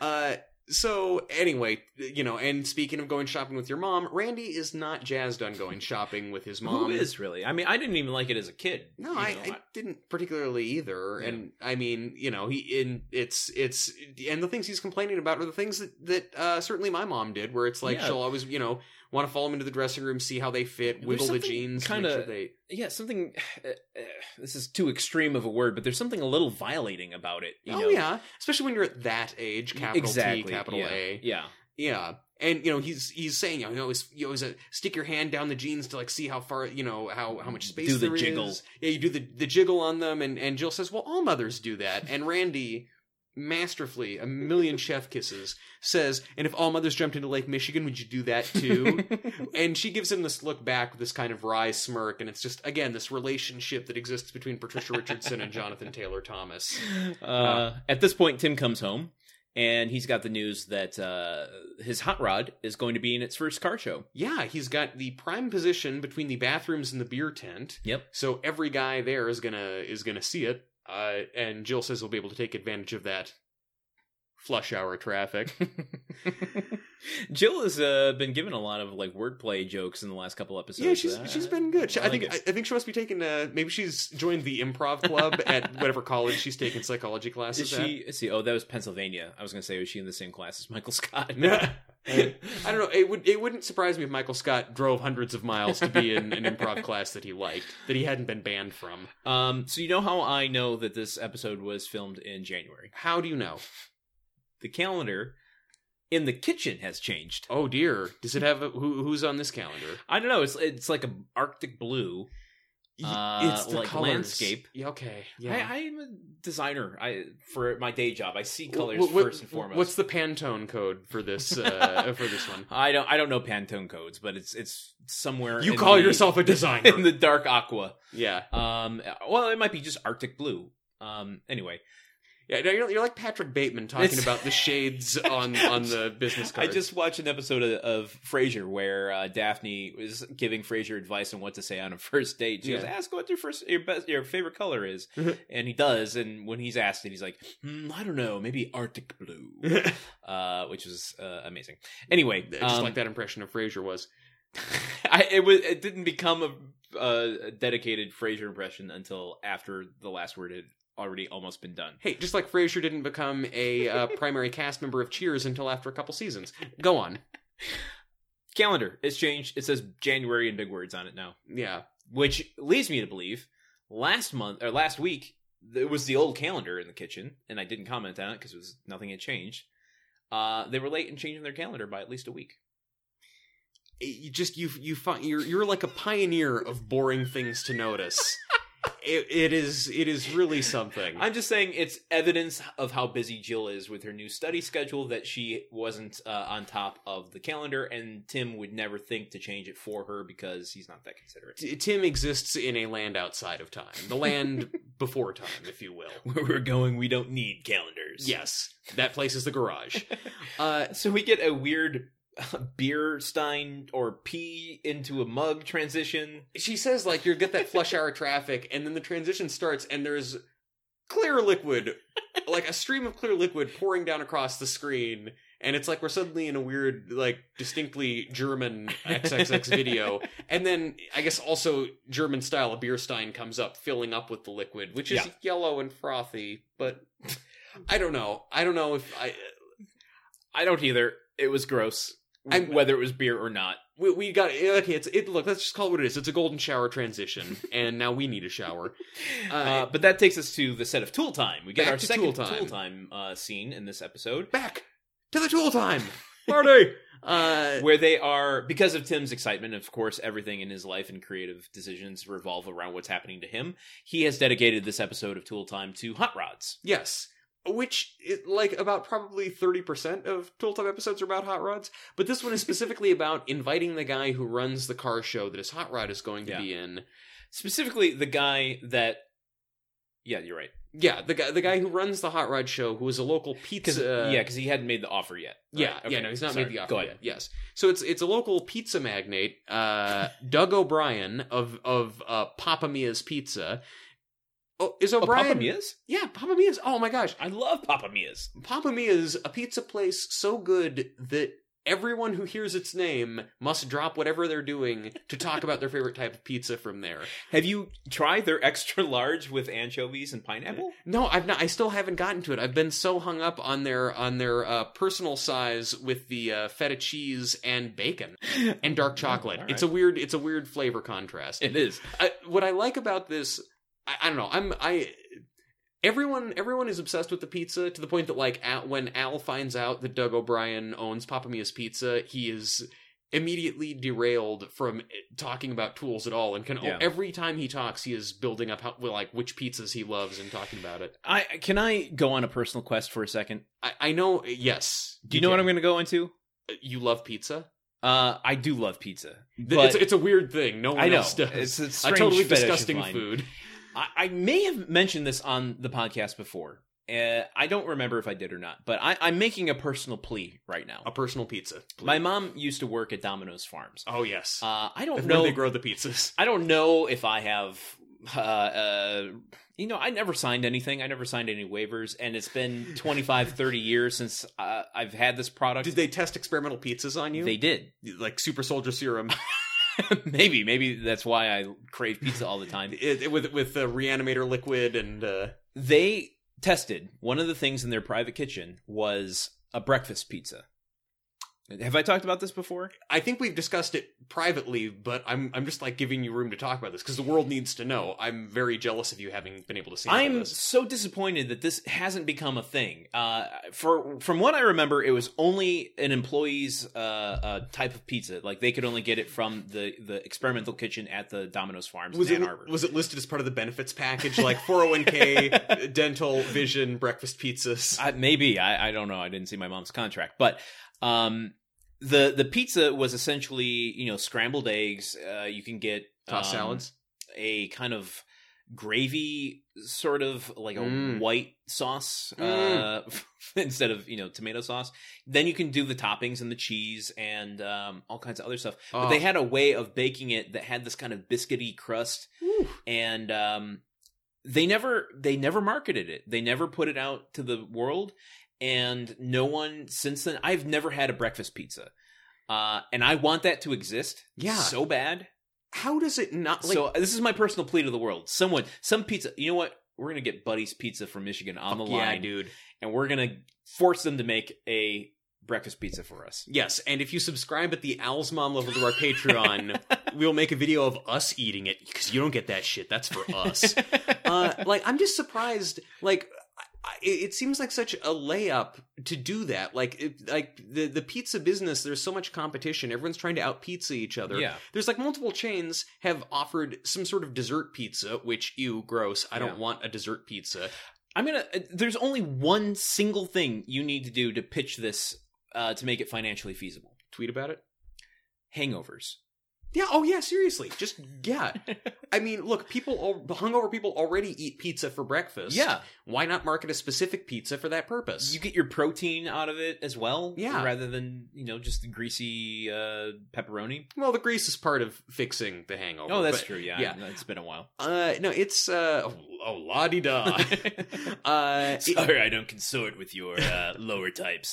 uh, so anyway, you know, and speaking of going shopping with your mom, Randy is not jazzed on going shopping with his mom. [laughs] Who is really? I mean, I didn't even like it as a kid. No, You I, know, I didn't particularly either, Yeah. and I mean, you know, he in it's it's and the things he's complaining about are the things that that uh, certainly my mom did, where it's like Yeah. she'll always you know want to follow them into the dressing room, see how they fit, There's wiggle the something jeans, kinda- make sure they yeah, something. [sighs] Uh, uh, this is too extreme of a word, but there's something a little violating about it. You oh know? yeah, especially when you're at that age, capital exactly. T, capital yeah. A, Yeah. yeah. and you know he's he's saying you know you always you always uh, stick your hand down the jeans to like see how far you know how how much space Do the there jiggle. is. Yeah, you do the the jiggle on them, and and Jill says, well, all mothers do that, and Randy. Masterfully, a million chef kisses says, and if all mothers jumped into Lake Michigan, would you do that too? [laughs] and she gives him this look back with this kind of wry smirk, and it's just again this relationship that exists between Patricia Richardson [laughs] and Jonathan Taylor Thomas. Uh, at this point, Tim comes home and he's got the news that uh, his hot rod is going to be in its first car [laughs] show. Yeah, he's got the prime position between the bathrooms and the beer tent. Yep. So every guy there is gonna is gonna see it, uh, and Jill says he'll be able to take advantage of that flush hour [laughs] traffic. Jill has uh, been given a lot of like wordplay jokes in the last couple episodes. yeah, she's Uh, she's been good. She, I like think I, it. I think she must be taking. Uh, maybe she's joined the improv [laughs] club at whatever college she's taking psychology Is classes [laughs] she? let's see, oh, that was Pennsylvania. I was going to say, was she in the same class as Michael Scott? [laughs] at. I don't know. It would it wouldn't surprise me if Michael Scott drove hundreds of miles to be in an improv class that he liked that he hadn't been banned from. Um, so you know how I know that this episode was filmed in January. How do you know? The calendar in the kitchen has changed. Oh dear. Does it have a, who, who's on this calendar? I don't know. It's it's like an Arctic blue. Y- Uh, like colours. landscape. Yeah, okay. Yeah. I, I'm a designer. I for my day job, I see Wh- colors wh- wh- first and foremost. What's the Pantone code for this [laughs] [laughs] uh, for this one? I don't I don't know Pantone codes, but it's it's somewhere. You in call the- yourself a designer. [laughs] [laughs] in the dark aqua. yeah. Um, well, it might be just Arctic blue. Um, anyway, Yeah, no, you're, you're like Patrick Bateman talking It's- about the [laughs] shades on on the business I card. just watched an episode of, of Frasier where uh, Daphne was giving Frasier advice on what to say on a [laughs] first date. She goes, Yeah. "Ask what your first, your best, your favorite color is," Mhm. and he does. And when he's asked it, he's like, "Hmm, "I don't know, maybe Arctic [laughs] blue," uh, which was uh, amazing. Anyway, just um, like that impression of Frasier was. [laughs] I, it was it didn't become a, a dedicated Frasier impression until after the last word had already almost been done. Hey, just like Frasier didn't become a uh, primary cast member of Cheers until after a couple seasons. Go on. Calendar, it's changed. It says January in big words on it now. Yeah. which leads me to believe last month or last week it was the old calendar in the kitchen and i didn't comment on it because it was nothing had changed uh, they were late in changing their calendar by at least a week it- you just you you find you're you're like a pioneer of boring things to [laughs] notice. it, it is it is really something. i'm just saying it's evidence of how busy jill is with her new study schedule that she wasn't uh, on top of the calendar and tim would never think to change it for her because he's not that considerate T- Tim exists in a land outside of time, the land before time, if you will. [laughs] where we're going we don't need calendars Yes, that place is the garage. Uh, So we get a weird uh, beer stein or pee into a mug transition. she says like you get that flush hour traffic, and then the transition starts, and there's clear liquid, like a stream of clear liquid pouring down across the screen. And it's like we're suddenly in a weird, like distinctly German XXX video, And then I guess also German style a beer stein comes up, filling up with the liquid, which is Yeah. yellow and frothy. But I don't know. I don't know if I I don't either. It was gross, I'm- whether it was beer or not. we, we got okay. It's it. Look, let's just call it what it is. It's a golden shower transition, and now we need a shower. Uh, but that takes us to the set of Tool Time. We get Back our to second Tool Tool Time, Time. uh, scene in this episode, Back to the tool time party. Uh, where they are because of Tim's excitement. Of course, everything in his life and creative decisions revolve around what's happening to him. He has dedicated this episode of Tool Time to hot rods. Yes. Which, it, like, about probably 30% of Tooltime episodes are about hot rods. But this one [laughs] is specifically about inviting the guy who runs the car show that his hot rod is going to Yeah. be in. Specifically, the guy that. Yeah, you're right. Yeah, the guy, the guy who runs the hot rod show, who is a local Cause, pizza. yeah, because he hadn't made the offer yet. uh, Yeah, Right, yeah, okay. no, he's not Sorry. made the offer Go yet. ahead. Yes, so it's it's a local pizza magnate, [laughs] uh, Doug O'Brien of of uh, Papa Mia's Pizza. Oh, is Oh, O'Brien? Papa Mia's? Yeah, Papa Mia's. Oh my gosh, I love Papa Mia's. Papa Mia's a pizza place so good that everyone who hears its name must drop whatever they're doing to talk about their favorite type of pizza from there. Have you tried their [laughs] extra large with anchovies and pineapple? No, I've not. I still haven't gotten to it. I've been so hung up on their on their uh, personal size with the uh, feta cheese and bacon and dark chocolate. all It's a weird. It's a weird flavor contrast. It is. I, what I like about this, I, I don't know. I'm I. everyone everyone is obsessed with the pizza to the point that like at, when Al finds out that Doug O'Brien owns Papa Mia's Pizza, he is immediately derailed from talking about tools at all and can Yeah. every time he talks he is building up how well, like which pizzas he loves and talking about it. I can I go on a personal quest for a second. I, I know yes. Do you know what I'm going to go into? I'm you love pizza? Uh, I do love pizza, Th- but it's it's a weird thing. No one I know else does. it's a, a strange totally fetish of disgusting mine. food. I, I may have mentioned this on the podcast before. Uh, I don't remember if I did or not, but I, I'm making a personal plea right now. A personal pizza. please. My mom used to work at Domino's Farms. Oh yes. Uh, I don't If know. they grow the pizzas. I don't know if I have. Uh, uh, you know, I never signed anything. I never signed any waivers, and it's been 25, 30 years since uh, I've had this product. Did they test experimental pizzas on you? They did. [laughs] like super soldier serum maybe, maybe that's why I crave pizza all the time. it, it- with with uh, reanimator liquid and uh, They tested one of the things in their private kitchen was a breakfast pizza. Have I talked about this before? I think we've discussed it privately, but I'm I'm just like giving you room to talk about this because the world needs to know. I'm very jealous of you having been able to see. I'm so disappointed that this hasn't become a thing. Uh, for from what I remember, it was only an employee's uh, uh, type of pizza. Like they could only get it from the the experimental kitchen at the Domino's Farms was it in Ann Arbor. was it listed as part of the benefits package like [laughs] 401k, dental, vision, breakfast pizzas? I, maybe I, I don't know. I didn't see my mom's contract, but um, the the pizza was essentially you know scrambled eggs. Uh, you can get Toss um, salads. a kind of gravy sort of like a Mm. white sauce uh, [laughs] Mm. instead of you know tomato sauce then you can do the toppings and the cheese and um, all kinds of other stuff but Oh. they had a way of baking it that had this kind of biscuity crust Whew. and um, they never they never marketed it they never put it out to the world and no one since then i've never had a breakfast pizza uh, and i want that to exist Yeah. so bad How does it not like? so this is my personal plea to the world. Someone, some pizza. You know what? We're gonna get Buddy's Pizza from Michigan on the Fuck line, yeah, dude. and we're gonna force them to make a breakfast pizza for us. Yes, and if you subscribe at the Owl's Mom level to our [laughs] Patreon, we'll make a video of us eating it because you don't get that shit. That's for us. uh, [laughs] like, I'm just surprised. Like, I- I- it seems like such a layup to do that. Like, it, like the the pizza business, there's so much competition. Everyone's trying to out pizza each other. Yeah. There's like multiple chains have offered some sort of dessert pizza, which ew, gross. I Yeah. don't want a dessert pizza. I'm gonna. uh, There's only one single thing you need to do to pitch this uh, to make it financially feasible. Tweet about it. Hangovers. Yeah. Oh, yeah. Seriously. Just yeah. [laughs] I mean, look, people al- hungover people already eat pizza for breakfast. Yeah, Why not market a specific pizza for that purpose? you get your protein out of it as well. Yeah. rather than you know just the greasy uh, pepperoni. well, the grease is part of fixing the hangover. Oh, that's but- true. Yeah, yeah. it's been a while. Uh, no, it's uh, oh, oh la di [laughs] da. uh, it- I don't consort with your uh, lower types.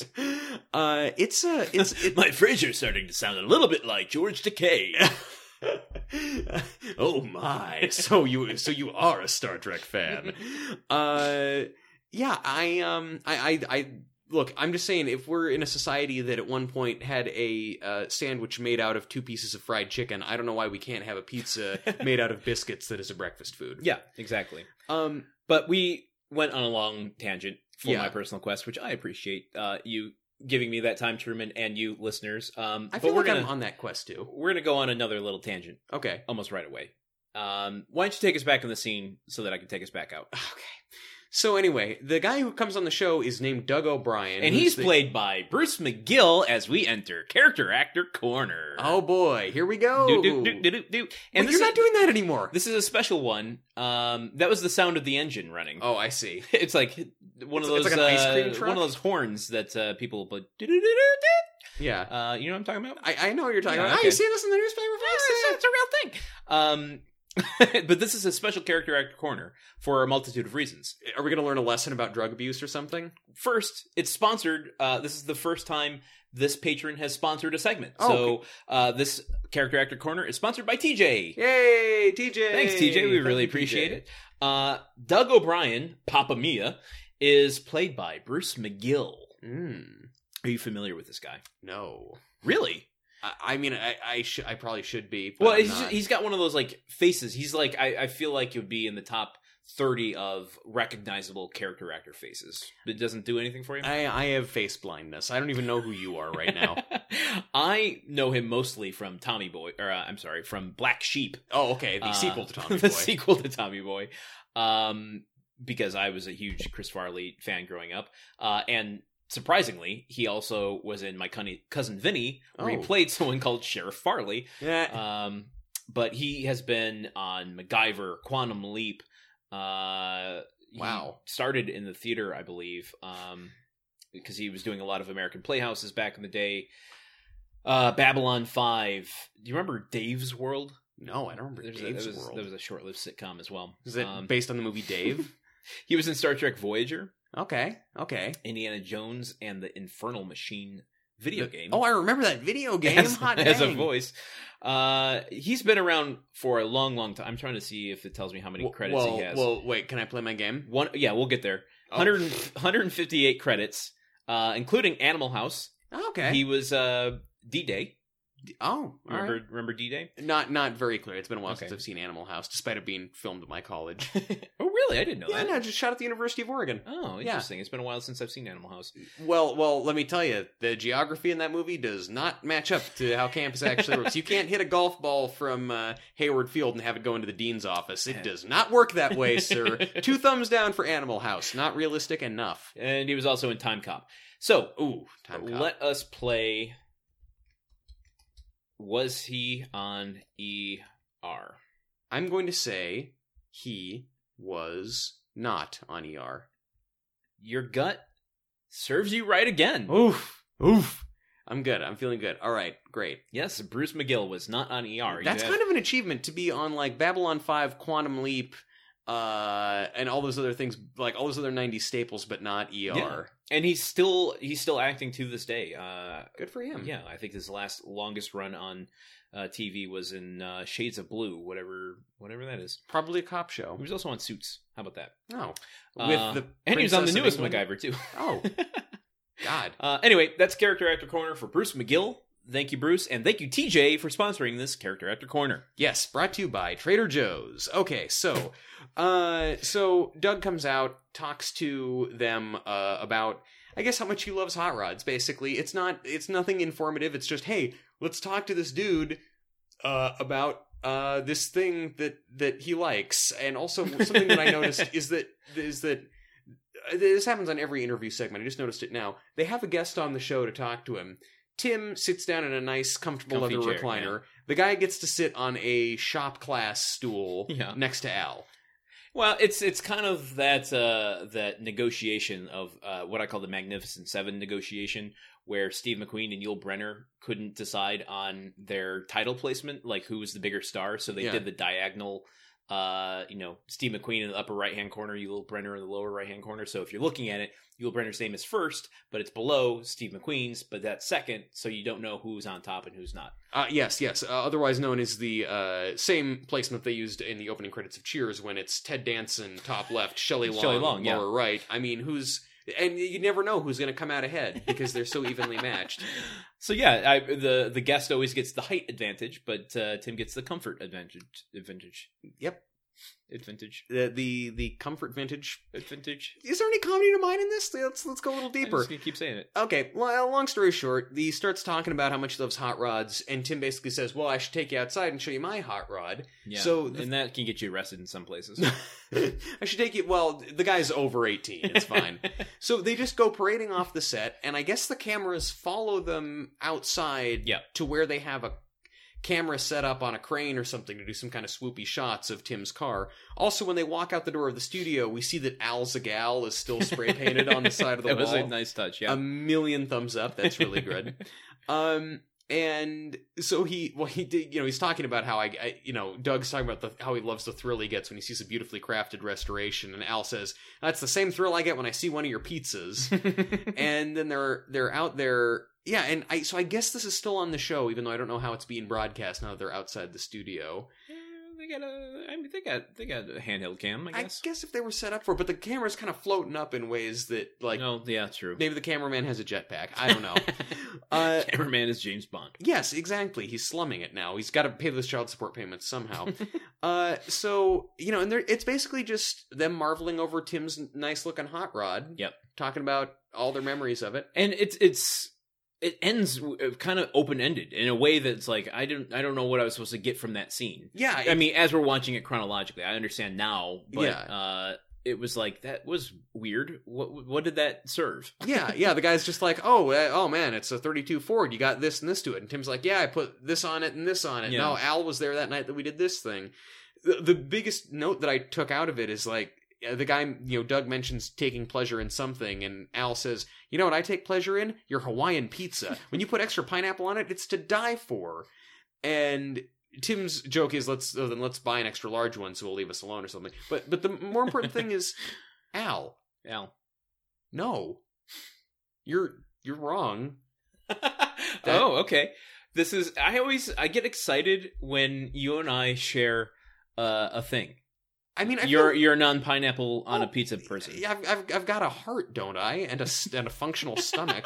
uh, it's uh, it's [laughs] it, My Frasier's starting to sound a little bit like George Decay. [laughs] oh my! So you so you are a Star Trek [laughs] fan? Uh, yeah. I um I I. I Look, I'm just saying, if we're in a society that at one point had a uh, sandwich made out of two pieces of fried chicken, I don't know why we can't have a [laughs] pizza made out of biscuits that is a breakfast food. [laughs] yeah, exactly. Um. But we went on a long tangent for Yeah. my personal quest, which I appreciate uh, you giving me that time, Truman, and you listeners. Um, I but feel we're like gonna I'm on that quest too. we're gonna go on another little tangent Okay. [sighs] almost right away. Um, why don't you take us back in the scene so that I can take us back out? Okay. So anyway, the guy who comes on the show is named Doug O'Brien, And, who's he's the- played by Bruce McGill as we enter character actor corner. Oh boy, here we go. do, do, do, do, do, do. And this you're is- not doing that anymore. This is a special one. Um, that was the sound of the engine running. oh, I see. It's like one It's- of those it's like an ice uh, cream one truck? of those horns that uh, people but uh, you Yeah, Uh, know what I'm talking about? I, I know what you're talking Yeah, about. Ah, okay. you see this in the newspaper? It's, it's a real thing. Um, [laughs] but this is a special character actor corner for a multitude of reasons. Are we going to learn a lesson about drug abuse or something? First, it's sponsored. Uh, this is the first time this patron has sponsored a segment. Oh, so uh, this character actor corner is sponsored by TJ. Yay, TJ! Thanks, TJ. We Thank really you, appreciate TJ. it. Uh, Doug O'Brien, Papa Mia, is played by Bruce McGill. Mm, Are you familiar with this guy? no, Really? I, I mean, I I, sh- I probably should be. But Well, I'm he's, not. he's got one of those like faces. He's like I, I feel like he would be in the top 30 of recognizable character actor faces. It doesn't do anything for you? I, I have face blindness. I don't even know who you are right [laughs] now. I know him mostly from Tommy Boy, or uh, I'm sorry, from Black Sheep, oh, okay. The uh, sequel [laughs] to Tommy the Boy. sequel to Tommy Boy, um, because I was a huge Chris Farley fan growing up, uh, and surprisingly, he also was in my Cunny- cousin Vinny, where he Oh. played someone called Sheriff Farley. yeah. Um, but he has been on MacGyver, Quantum Leap. Uh, he Wow. started in the theater, I believe, um, because he was doing a lot of American playhouses back in the day. Uh, Babylon Five. Do you remember Dave's World? no, I don't remember There's Dave's a, there was, world. There was a short-lived sitcom as well. Is it Um, based on the [laughs] movie Dave? he was in Star Trek Voyager, okay. Okay. Indiana Jones, and the Infernal Machine video The- game. Oh, I remember that [laughs] video game. as, Hot as a dang. voice. Uh, he's been around for a long, long time. I'm trying to see if it tells me how many Wh- credits whoa, he has. Whoa, wait, can I play my game? One, yeah, we'll get there. Oh. 100, 158 credits, uh, including Animal House. Oh. Okay. He was uh, D Day. oh, all Remember, right. remember [laughs] D Day? Not not very clear. It's been a while since Okay. I've seen Animal House, despite it being filmed at my college. Oh, really? I didn't know yeah, that. no, just shot at the University of Oregon. Oh, Yeah. interesting. It's been a while since I've seen Animal House. Well, well, let me tell you, the geography in that movie does not match up to how campus actually works. You can't hit a golf ball from uh, Hayward Field and have it go into the dean's office. It does not work that way, [laughs] sir. Two thumbs down for Animal House. Not realistic enough. And he was also in Time Cop. So, Ooh, time cop. let us play. Was he on ER? I'm going to say he was not on ER. Your gut serves you right again. Oh. Oof, oof. I'm good. I'm feeling good. All right, great. Yes, Bruce McGill was not on ER. That's You kind of an achievement to be on like Babylon 5, Quantum Leap, uh, and all those other things, like all those other 90s staples, but not ER. Yeah. and he's still he's still acting to this day. Uh, Good for him. yeah, I think his last longest run on uh, TV was in uh, Shades of Blue, whatever whatever that is. Probably a cop He show. was also on Suits. How about that? No. Uh, With the And he was on the Princess of newest England. MacGyver too. [laughs] Oh, God. Uh, anyway, that's Character Actor Corner for Bruce McGill. Thank you, Bruce, and thank you, TJ, for sponsoring this Character Actor Corner. [laughs] Yes, brought to you by Trader Joe's. Okay, so, uh, so Doug comes out, talks to them uh, about, I guess, how much he loves hot rods. Basically, it's not, it's nothing informative. It's just, hey, let's talk to this dude uh, about uh, this thing that that he likes, and also something that I noticed [laughs] is that is that. uh, This happens on every interview segment. I just noticed it now. They have a guest on the show to talk to him. Tim sits down in a nice, comfortable Comfy leather chair, recliner. The guy gets to sit on a shop class stool Yeah. next to Al. Well, it's it's kind of that uh, that negotiation of uh, what I call the Magnificent Seven negotiation, where Steve McQueen and Yul Brenner couldn't decide on their title placement, like who was the bigger star, so they Yeah. did the diagonal. Uh, you know, Steve McQueen in the upper right hand corner, Yul Brenner in the lower right hand corner. So if you're looking at it, Yul Brenner's name is first, but it's below Steve McQueen's, but that's second, so you don't know who's on top and who's not. Uh, yes, yes. Uh, otherwise known as the uh, same placement they used in the opening credits of Cheers when it's Ted Danson top left, Shelley Long, [laughs] Shelley Long, yeah. lower right. I mean, who's and you never know who's going to come out ahead because they're so [laughs] evenly matched. So yeah, I, the the guest always gets the height advantage, but uh, Tim gets the comfort advantage. Advantage. Yep. Advantage. The the, the comfort vintage. Advantage. Is there any comedy to mind in this? Let's let's go a little I'm deeper. just gonna keep saying it. Okay, well, long story short, he starts talking about how much he loves hot rods, and Tim basically says, "Well, I should take you outside and show you my hot rod." Yeah. So So the- and that can get you arrested in some places. I should take you. Well, the guy's over 18. It's [laughs] fine. so they just go parading off the set, and I guess the cameras follow them outside Yeah. to where they have a camera set up on a crane or something to do some kind of swoopy shots of Tim's car. Also, when they walk out the door of the studio, we see that Al's a gal is still spray [laughs] painted on the side of the [laughs] that wall. Um, was a nice touch. Yeah. A million thumbs up. That's really [laughs] [laughs] good. Um, and so he, well, he did, you know, he's talking about how I, I you know, Doug's talking about the, how he loves the thrill he gets when he sees a beautifully crafted restoration, and Al says, "That's the same thrill I get when I see one of your [laughs] pizzas." and then they're they're out there, yeah. And I, so I guess this is still on the show, even though I don't know how it's being broadcast now that they're outside the studio. they got a. I mean, they got they got a handheld cam. I I guess. guess. if they were set up for, it, but the camera's kind of floating up in ways that like no, Oh, yeah, true. maybe the cameraman has a jetpack. I don't know. [laughs] Uh, [laughs] Cameraman is James Bond. yes, exactly. He's slumming it now. He's got to pay those child support payments [laughs] somehow. uh, so you know, and they're, it's basically just them marveling over Tim's nice looking hot rod. Yep. Talking about all their memories of it. and it's it's it ends w- kind of open ended in a way that's like I didn't I don't know what I was supposed to get from that scene. Yeah. I mean, as we're watching it chronologically, I understand now, but Yeah. uh, it was like that was weird. What what did that serve? yeah, yeah. The guy's just like, oh, uh, oh man, it's a 32 Ford. You got this and this to it. And Tim's like, yeah, I put this on it and this on it. Yeah. No, Al was there that night that we did this thing. The, the biggest note that I took out of it is like uh, the guy, you know, Doug mentions taking pleasure in something, and Al says, you know what I take pleasure in? Your Hawaiian pizza. when you put extra pineapple on it, it's to die for. And Tim's joke is let's oh, then let's buy an extra large one so we'll leave us alone or something. But but the more important thing is Al [laughs] Al, no you're you're wrong oh okay. This is I always I get excited when you and I share uh, a thing. i mean I You're feel- you're a non pineapple on a Oh, pizza person. Yeah, I've, I've, I've got a heart don't i and a s- and a [laughs] functional stomach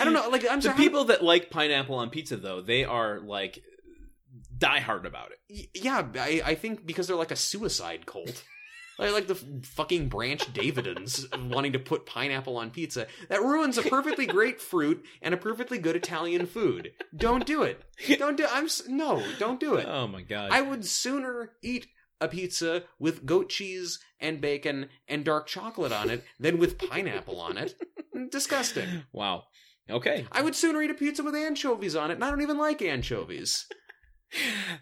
i don't know like i'm the sorry, how- people that like pineapple on pizza though they are like diehard about it y- yeah I, I think because they're like a suicide [laughs] cult Like, like the f- fucking Branch Davidans wanting to put pineapple on pizza. That ruins a perfectly great fruit and a perfectly good Italian food. Don't do it. Don't do. I'm s- no. Don't do it. oh my god [laughs] I would sooner eat a pizza with goat cheese and bacon and dark chocolate on it than with pineapple on [laughs] it. Disgusting. wow okay I would sooner eat a pizza with anchovies on it, and I don't even like anchovies.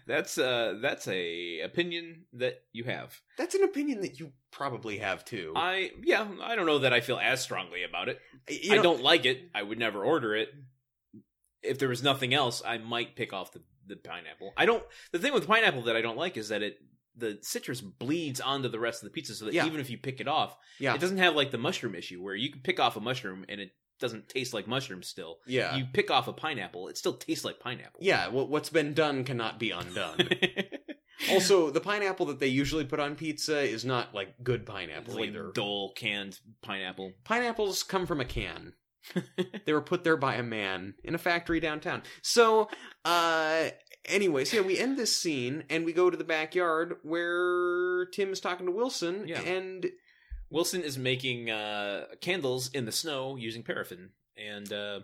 that's uh that's a opinion that you have That's an opinion that you probably have too. i yeah i don't know that i feel as strongly about it You know- i don't like it i would never order it if there was nothing else i might pick off the the pineapple i don't the thing with pineapple that i don't like is that it the citrus bleeds onto the rest of the pizza so that Yeah. even if you pick it off Yeah. it doesn't have like the mushroom issue where you can pick off a mushroom and it doesn't taste like mushroom still Yeah. you pick off a pineapple, it still tastes like pineapple. yeah. What what's been done cannot be [laughs] undone. [laughs] also, the pineapple that they usually put on pizza is not like good It's pineapple like either. dull canned pineapple. Pineapples come from a [laughs] can. they were put there by a man in a factory downtown. So, uh, anyway, so yeah, we end this scene and we go to the backyard where Tim is talking to Wilson. Yeah. And Wilson is making uh, candles in the snow using paraffin, and uh,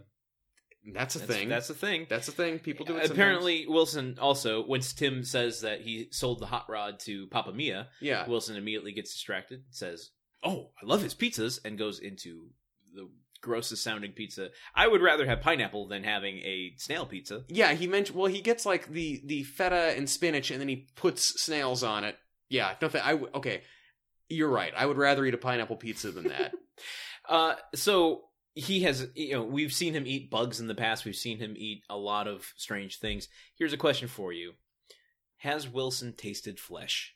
that's a that's, thing. That's a thing. that's a thing. People do it. sometimes. Apparently, Wilson also once Tim says that he sold the hot rod to Papa Mia, yeah. Wilson immediately gets distracted, says, "Oh, I love his pizzas," and goes into the grossest sounding pizza. I would rather have pineapple than having a snail pizza. Yeah, he mentioned. Well, he gets like the the feta and spinach, and then he puts snails on it. Yeah, no, th- I w- okay. You're right. I would rather eat a pineapple pizza than [laughs] that. Uh, so he has, you know, we've seen him eat bugs in the past. We've seen him eat a lot of strange things. Here's a question for you: Has Wilson tasted flesh?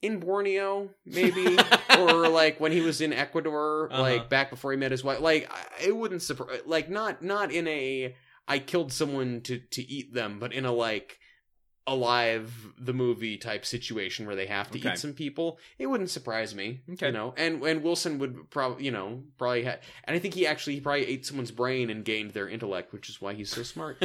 In Borneo, [laughs] maybe. [laughs] or like when he was in Ecuador, Uh-huh. like back before he met his wife. Like I- it wouldn't surprise. Like not not in a I killed someone to to eat them, but in a like alive the movie type situation where they have to Okay. eat some people. It wouldn't surprise me, Okay. you know. And and Wilson would probably you know probably had, and I think he actually he probably ate someone's brain and gained their intellect, which is why he's so smart.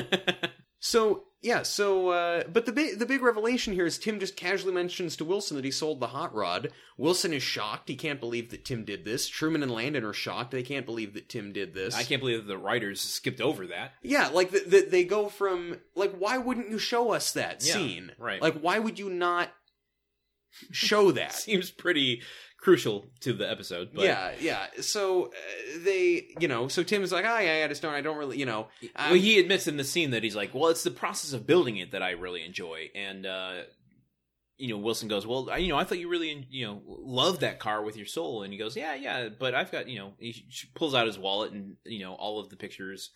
So yeah, so uh, but the big the big revelation here is Tim just casually mentions to Wilson that he sold the hot rod. Wilson is shocked; he can't believe that Tim did this. Truman and Landon are shocked; they can't believe that Tim did this. I can't believe the writers skipped over that. Yeah, like the, the, they go from like, why wouldn't you show us that Yeah, scene? right. Like, why would you not show that? [laughs] Seems pretty crucial to the episode. But yeah, yeah. So uh, they, you know, so Tim's like, oh, yeah, I just don't, I don't really, you know, Well, he admits in the scene that he's like, "Well, it's the process of building it that I really enjoy." And uh, you know, Wilson goes, "Well, I, you know, I thought you really, you know, loved that car with your soul." And he goes, "Yeah, yeah, but I've got, you know," he sh- pulls out his wallet, and you know, all of the pictures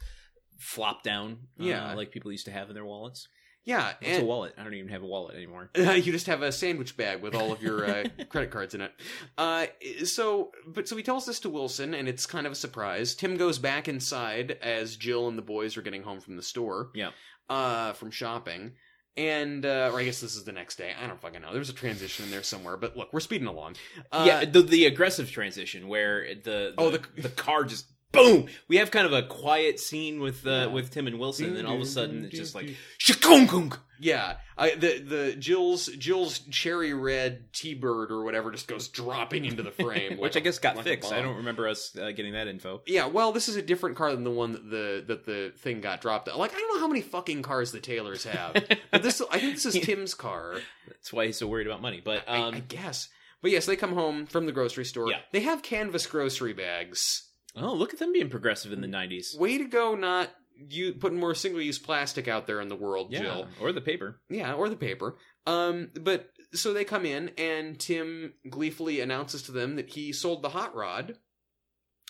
flop down, uh, Yeah. like people used to have in their wallets. yeah, It's a and- wallet. I don't even have a wallet anymore. [laughs] you just have a sandwich bag with all of your [laughs] uh, credit cards in it. Uh, so, but so he tells this to Wilson, and it's kind of a surprise. Tim goes back inside as Jill and the boys are getting home from the store. Yeah. Uh, from shopping, And uh, or I guess this is the next day. I don't fucking know. There's a transition in there somewhere, but look, we're speeding along. Uh, yeah, the, the aggressive transition where the, the Oh, the car just boom. We have kind of a quiet scene with uh, Yeah. with Tim and Wilson, and then all of a sudden it's just like shakunk. yeah, I, the the Jill's Jill's cherry red T Bird or whatever just goes dropping into the frame, [laughs] [laughs] like which I a- guess got like a fixed. I bomb. don't remember us uh, getting [laughs] that info. Yeah, well, this is a different car than the one that the that the thing got dropped. at. Like I don't know how many fucking cars the Taylors have, but this I think this [laughs] is Tim's car. That's why he's so worried about money. But [laughs] I- um, I, guess. But yes, they come home from the grocery store. Yeah. They have canvas grocery bags. oh, look at them being progressive in the '90s. Way to go! Not you putting more single-use plastic out there in the world, Yeah, Jill. or the paper. Yeah, or the paper. Um, but so they come in, and Tim gleefully announces to them that he sold the hot rod,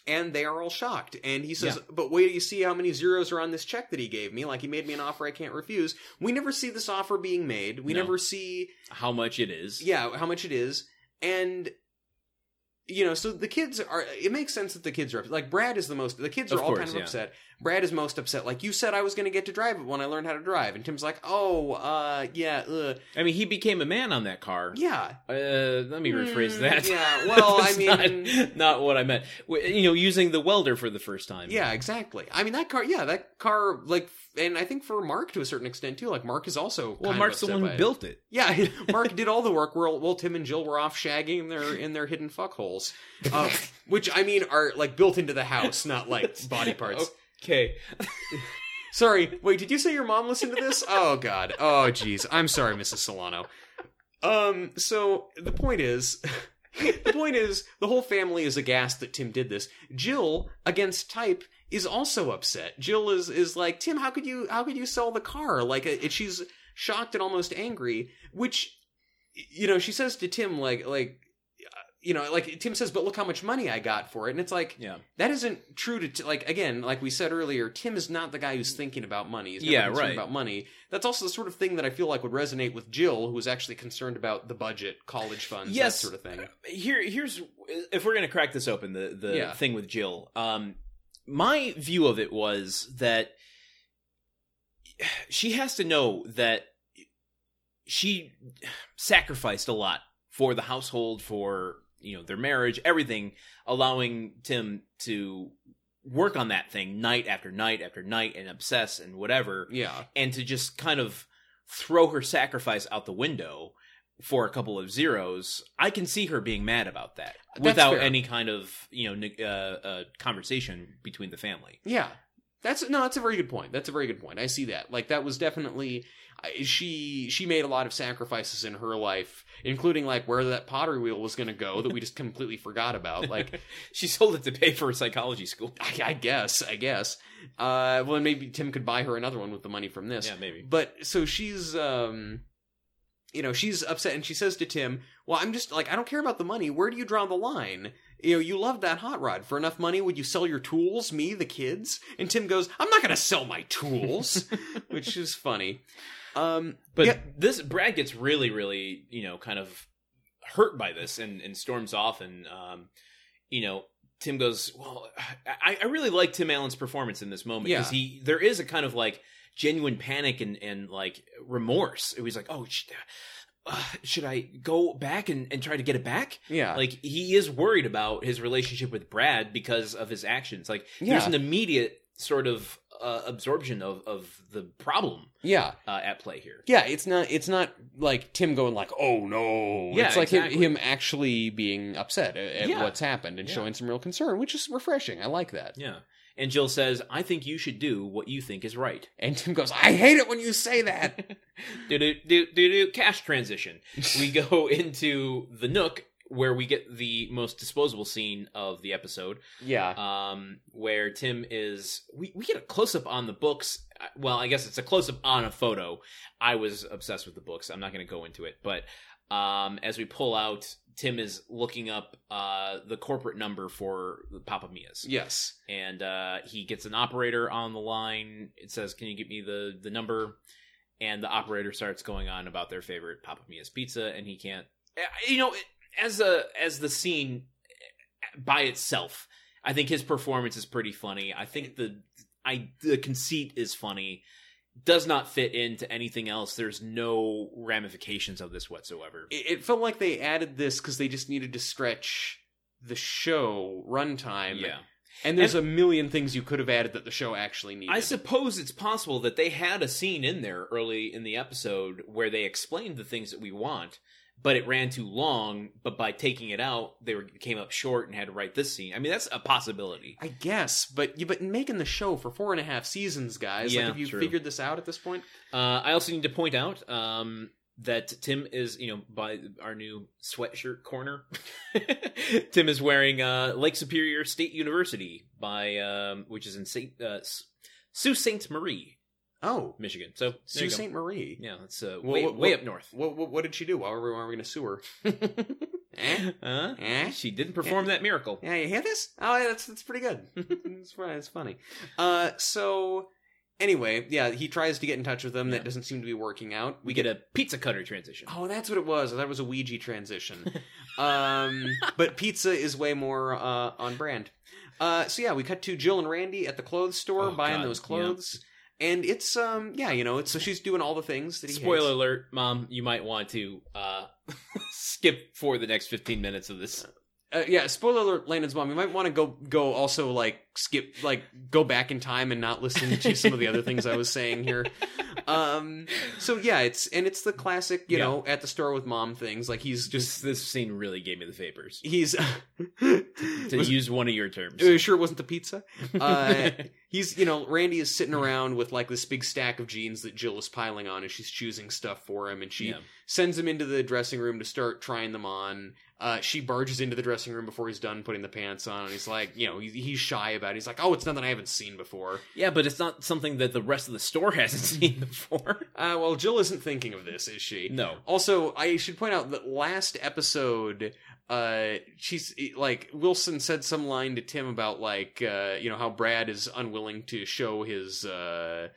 and they are all shocked. And he says, "But wait, till you see how many zeros are on this check that he gave me? Like he made me an offer I can't refuse. We never see this offer being made. We No. never see, How much it is? yeah, how much it is, and." You know, so the kids are. It makes sense that the kids are upset. Like Brad is the most. The kids are Of all kind course, of yeah. upset. Brad is most upset. Like you said, I was going to get to drive it when I learned how to drive, and Tim's like, "Oh, uh, yeah, ugh. I mean, he became a man on that car. Yeah. Uh, let me rephrase Mm, that. yeah, well, I [laughs] That's mean- not, not what I meant. W- You know, using the welder for the first time. Yeah, exactly. I mean that car. Yeah, that car. Like, and I think for Mark to a certain extent too. Like Mark is also. Well, kind of Mark's the upset one by who it. built it. Yeah, [laughs] Mark did all the work. While, while Tim and Jill were off shagging in their in their hidden fuckholes, [laughs] uh, which I mean are like built into the house, not like body parts. [laughs] Okay. Sorry. Wait, did you say your mom listened to this? Oh God. Oh jeez. I'm sorry, Mrs. Solano. Um. So the point is, [laughs] the point is, the whole family is aghast that Tim did this. Jill, against type, is also upset. Jill is is like, Tim, how could you how could you sell the car? Like, uh, it, she's shocked and almost angry. Which, you know, she says to Tim, like, like. uh, You know, like Tim says, but look how much money I got for it, and it's like, Yeah. that isn't true to t- like again like we said earlier tim is not the guy who's thinking about money he's never Yeah, concerned right. about money that's also the sort of thing that i feel like would resonate with jill who is actually concerned about the budget college funds Yes. that sort of thing Here, here's if we're gonna crack this open. The the Yeah. thing with Jill. Um, my view of it was that she has to know that she sacrificed a lot for the household, for you know their marriage, everything, allowing Tim to work on that thing night after night after night and obsess and whatever yeah and to just kind of throw her sacrifice out the window for a couple of zeros, I can see her being mad about that That's without fair. any kind of you know neg- uh, uh, conversation between the family. yeah that's no that's a very good point that's a very good point i see that like that was definitely I- she she made a lot of sacrifices in her life including like where that pottery wheel was going to go that we just completely forgot about like [laughs] she sold it to pay for psychology school. I, I guess, I guess. Uh, well, then maybe Tim could buy her another one with the money from this. Yeah, maybe. But so she's, um, you know, she's upset, and she says to Tim, "Well, I'm just like I don't care about the money. Where do you draw the line? You know, you loved that hot rod. For enough money, would you sell your tools? Me, the kids?" And Tim goes, "I'm not going to sell my [laughs] tools," which is funny. Um, But Yeah. this Brad gets really, really you know kind of hurt by this and and storms off and um, you know. Tim goes, well, I, I really like Tim Allen's performance in this moment Yeah. because he there is a kind of like genuine panic and and like remorse. It was like, oh, sh- uh, should I go back and, and try to get it back? yeah, Like he is worried about his relationship with Brad because of his actions. Like Yeah. there's an immediate sort of uh, absorption of of the problem yeah. uh, at play here. Yeah, it's not. It's not like Tim going like, "Oh no!" Yeah, it's like him- exactly. him, actually being upset at, at Yeah. what's happened and Yeah. showing some real concern, which is refreshing. I like that. Yeah. And Jill says, "I think you should do what you think is right." And Tim goes, "I hate it when you say that." [laughs] Do do do do do. Cash transition. we go into the Nook where we get the most disposable scene of the episode. yeah, um, where Tim is. We, we get a close up on the books. Uh, Well, I guess it's a close up on a photo. I was obsessed with the books. I'm not going to go into it, but um, as we pull out, Tim is looking up uh, the corporate number for the Papa Mia's, yes, and uh, he gets an operator on the line. It says, "Can you get me the the number?" And the operator starts going on about their favorite Papa Mia's pizza, and he can't. Uh, You know, as a as the scene eh, by itself, I think his performance is pretty funny. I think the I the conceit is funny, does not fit into anything else. There's no ramifications of this whatsoever. It, it felt like they added this because they just needed to stretch the show runtime. yeah. And there's a million things you could have added that the show actually needed. I suppose it's possible that they had a scene in there early in the episode where they explained the things that we want, but it ran too long. But by taking it out, they were, came up short and had to write this scene. I mean, that's a possibility. I guess, but you've been making the show for four and a half seasons, guys. Yeah, like, have you true. figured this out at this point? Uh, I also need to point out um, that Tim is, you know, by our new sweatshirt corner, [laughs] Tim is wearing uh, Lake Superior State University by, um, which is in Saint uh, S- Sault Ste. Marie, Oh, Michigan. So there Sue you go. Saint Marie. Yeah, it's uh, Wha- way, wha- way wha- up north. What, what what did she do? Why were we, why were we going to sue her? [laughs] eh? Huh? Eh? She didn't perform that miracle. Yeah, you hear this? Oh, yeah, that's that's pretty [laughs] good. it's, fun- it's funny. Uh, so anyway, yeah, he tries to get in touch with them. Yeah. That doesn't seem to be working out. We get a pizza cutter transition. Oh, that's what it was. I thought it was a Ouija transition. [laughs] um, but pizza is way more uh, on brand. Uh, so yeah, we cut to Jill and Randy at the clothes store Oh, buying God, those clothes, and it's um yeah you know it's so she's doing all the things that he Spoiler hates. alert, Mom, you might want to uh, [laughs] skip for the next 15 minutes of this. Uh, yeah, spoiler alert, Landon's mom. You might want to go go also like skip like go back in time and not listen [laughs] to some of the other things I was saying here. Um, so yeah, it's and it's the classic you Yeah. know at the store with mom things like he's just Just this scene really gave me the [laughs] vapors. he's To use one of your terms. Uh, sure, it wasn't the pizza. [laughs] Uh, he's, you know, Randy is sitting around with like this big stack of jeans that Jill is piling on, and she's choosing stuff for him. And she Yeah. sends him into the dressing room to start trying them on. Uh, she barges into the dressing room before he's done putting the pants on, and he's like, you know, he's, he's shy about. it. He's like, oh, it's nothing I haven't seen before. Yeah, but it's not something that the rest of the store hasn't [laughs] seen before. Uh, well, Jill isn't thinking of this, is she? No. Also, I should point out that last episode, uh, she's like Wilson said some line to Tim about like uh, you know how Brad is unwilling to show his. Uh,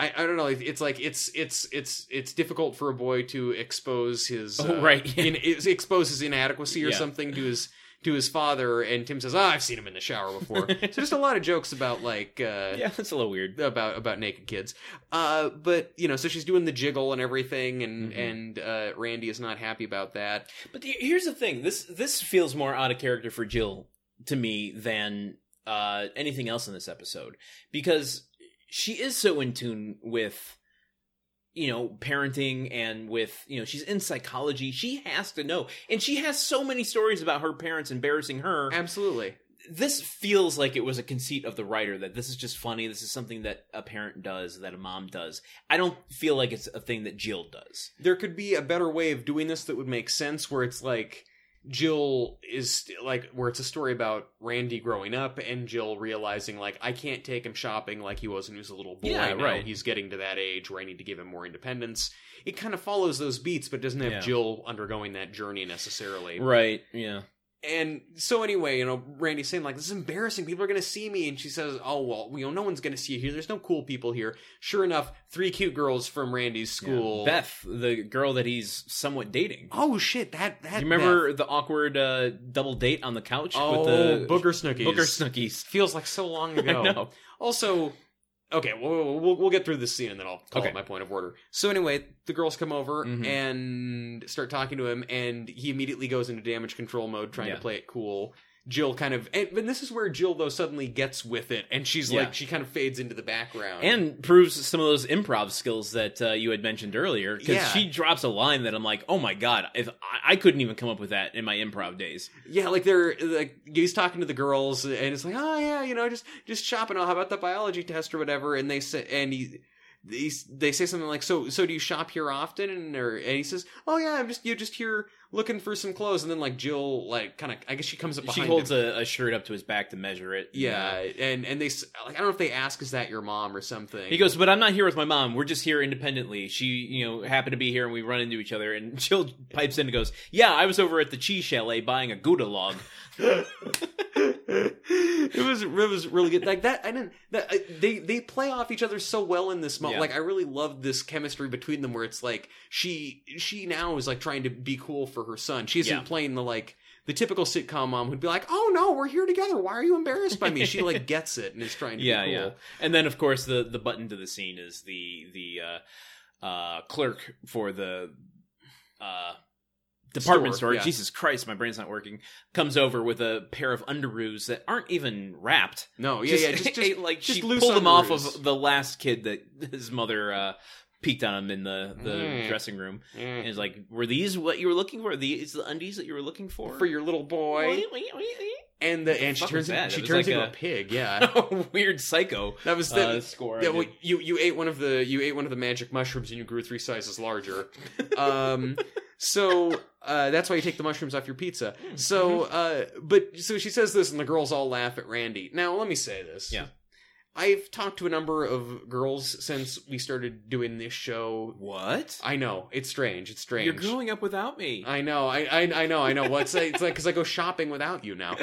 I, I don't know. It's like it's it's it's it's difficult for a boy to expose his Oh, uh, right. [laughs] in, is- expose his inadequacy or Yeah. something to his to his father. And Tim says, "Ah, I've seen him in the shower [laughs] before." so just a lot of jokes about like uh, Yeah, that's a little weird. about about naked kids. Uh, but you know, so she's doing the jiggle and everything, and Mhm. and uh, Randy is not happy about that. But the, here's the thing: this this feels more out of character for Jill to me than uh, anything else in this episode because she is so in tune with you know parenting and with you know she's in psychology she has to know and she has so many stories about her parents embarrassing her Absolutely, this feels like it was a conceit of the writer that this is just funny this is something that a parent does that a mom does i don't feel like it's a thing that jill does there could be a better way of doing this that would make sense, where it's like. Jill is st- like where it's a story about Randy growing up and Jill realizing like I can't take him shopping like he was when he was a little boy. Yeah, now right. He's getting to that age where I need to give him more independence. It kind of follows those beats, but doesn't have Yeah. Jill undergoing that journey necessarily. right yeah And so anyway, you know, Randy's saying like, "This is embarrassing. People are gonna see me." And she says, "Oh well, you know, no one's gonna see you here. There's no cool people here." Sure enough, three cute girls from Randy's school. beth the girl that he's somewhat dating Oh shit! That that. Do you remember the awkward uh, double date on the couch Beth. Oh, with the Booger Snookies. Booker Snookies? Feels like so long ago. [laughs] I know. Also, okay, we'll, we'll we'll get through this scene and then I'll call Okay. it my point of order. So anyway, the girls come over Mhm. and start talking to him, and he immediately goes into damage control mode, trying Yeah. to play it cool. Jill kind of, and, and this is where Jill though suddenly gets with it, and she's Yeah. like, she kind of fades into the background. And proves some of those improv skills that uh, you had mentioned earlier because Yeah. she drops a line that I'm like, oh my god, if I-, I couldn't even come up with that in my improv days. yeah, like they're like he's talking to the girls, and it's like, oh yeah, you know, just just shopping. I'll how about the biology test or whatever? And they say, and he. He's, they say something like, "So, so do you shop here often?" And, or, and he says, "Oh yeah, I'm just you just here looking for some clothes." And then like Jill, like kind of, I guess she comes up behind. she him. holds a-, a shirt up to his back to measure it. you yeah, know. and and they s- like I don't know if they ask, "Is that your mom?" or something. He goes, but I'm not here with my mom. We're just here independently. She, you know, happened to be here and we run into each other. And [laughs] Jill pipes in and goes, Yeah, I was over at the cheese chalet buying a Gouda log. it was it was really good. Like that, I didn't. That, I- they they play off each other so well in this moment. Yeah. Like I really loved this chemistry between them, where it's like she she now is like trying to be cool for her son. She isn't Yeah. playing the like the typical sitcom mom would be like, "Oh no, we're here together. Why are you embarrassed by me?" She [laughs] like gets it and is trying to yeah, be yeah. cool. And then of course the the button to the scene is the the uh, uh, clerk for the uh, department Store, store. yeah. Jesus Christ, my brain's not working. Comes over with a pair of underoos that aren't even wrapped. No, Oh, yeah, Just- yeah. [laughs] Just, just like just she loose pulled them off underoos. of the last kid that his mother uh, peeked on him in the the Mm. dressing room. And [laughs] Mm. is like, were these what you were looking for? Are these the undies that you were looking for? for your little boy, and the and she fuck was turns in, that? she That turns was like into a, a- pig. Yeah, [laughs] Weird psycho that was the [laughs] uh, score. I Yeah, did. well, you you ate one of the you ate one of the magic mushrooms and you grew three sizes [laughs] larger. Um, so uh, that's why you take the mushrooms off your pizza. So, uh, Mm-hmm. but so she says this, and the girls all laugh at Randy. Now, let me say this. Yeah. I've talked to a number of girls since we started doing this show. what? I know it's strange. It's strange. You're growing up without me. I know, I, I, I know, I know. What's it's like because I go shopping without you now.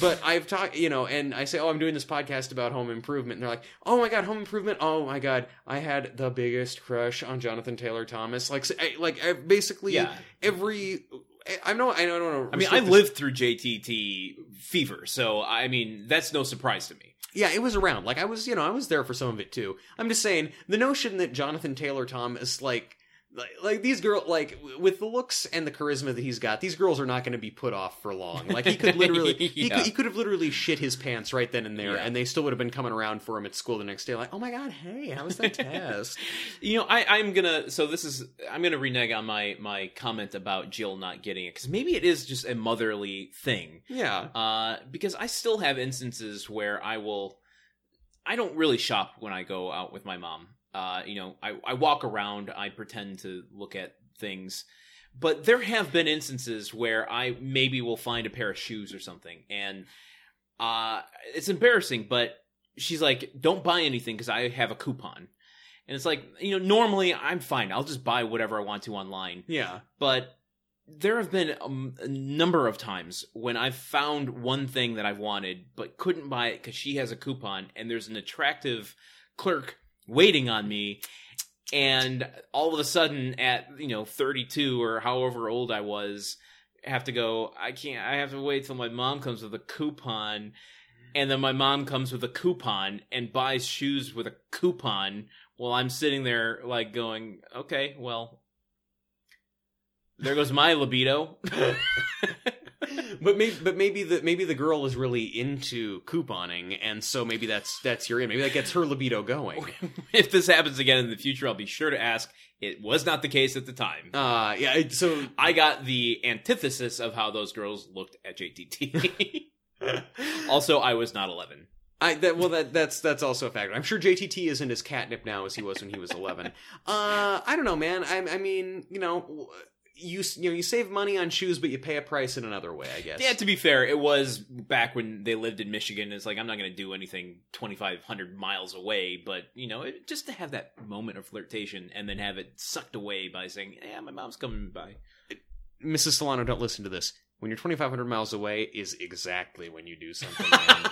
But I've talked, you know, and I say, oh, I'm doing this podcast about home improvement, and they're like, oh my god, home improvement. Oh my god, I had the biggest crush on Jonathan Taylor Thomas. Like, s- I- like I- basically yeah. every. eh, I- I know, I know, I don't know. I mean, I lived through JTT fever, so I mean, that's no surprise to me. Yeah, it was around. Like I was, you know, I was there for some of it too. I'm just saying the notion that Jonathan Taylor Thomas, like, like, like these girl, like w- with the looks and the charisma that he's got, these girls are not going to be put off for long. Like he could [laughs] literally, he, Yeah. could, he could have literally shit his pants right then and there, Yeah. and they still would have been coming around for him at school the next day. Like, oh my god, hey, how [laughs] was that test? You know, I, I'm gonna. So this is. I'm gonna renege on my my comment about Jill not getting it because maybe it is just a motherly thing. yeah, Uh, because I still have instances where I will. I don't really shop when I go out with my mom. Uh, you know, I, I walk around, I pretend to look at things. But there have been instances where I maybe will find a pair of shoes or something. And uh, it's embarrassing, but she's like, don't buy anything because I have a coupon. And it's like, you know, normally I'm fine. I'll just buy whatever I want to online yeah, but there have been um, a number of times when I've found one thing that I've wanted but couldn't buy it because she has a coupon and there's an attractive clerk waiting on me. And all of a sudden, at you know 32 or however old I was, have to go. I can't. I have to wait till my mom comes with a coupon, and then my mom comes with a coupon and buys shoes with a coupon. While I'm sitting there, like going, okay, well, there goes my libido. [laughs] but maybe, but maybe the maybe the girl is really into couponing, and so maybe that's that's your in. Maybe that gets her libido going. Oh, if this happens again in the future, I'll be sure to ask. It was not the case at the time. Uh yeah. it- So I got the antithesis of how those girls looked at JTT. [laughs] also, I was not 11. I that well that that's that's also a factor. I'm sure JTT isn't as catnip now as he was when he was [laughs] 11. uh, I don't know, man. I I mean, you know, you s- you know you save money on shoes, but you pay a price in another way, I guess. Yeah, to be fair, it was back when they lived in Michigan. It's like I'm not going to do anything 2,500 miles away, but you know, it, just to have that moment of flirtation and then have it sucked away by saying, "Yeah, my mom's coming by." Mrs. Solano, don't listen to this. When you're 2,500 miles away is exactly when you do [laughs] something. man.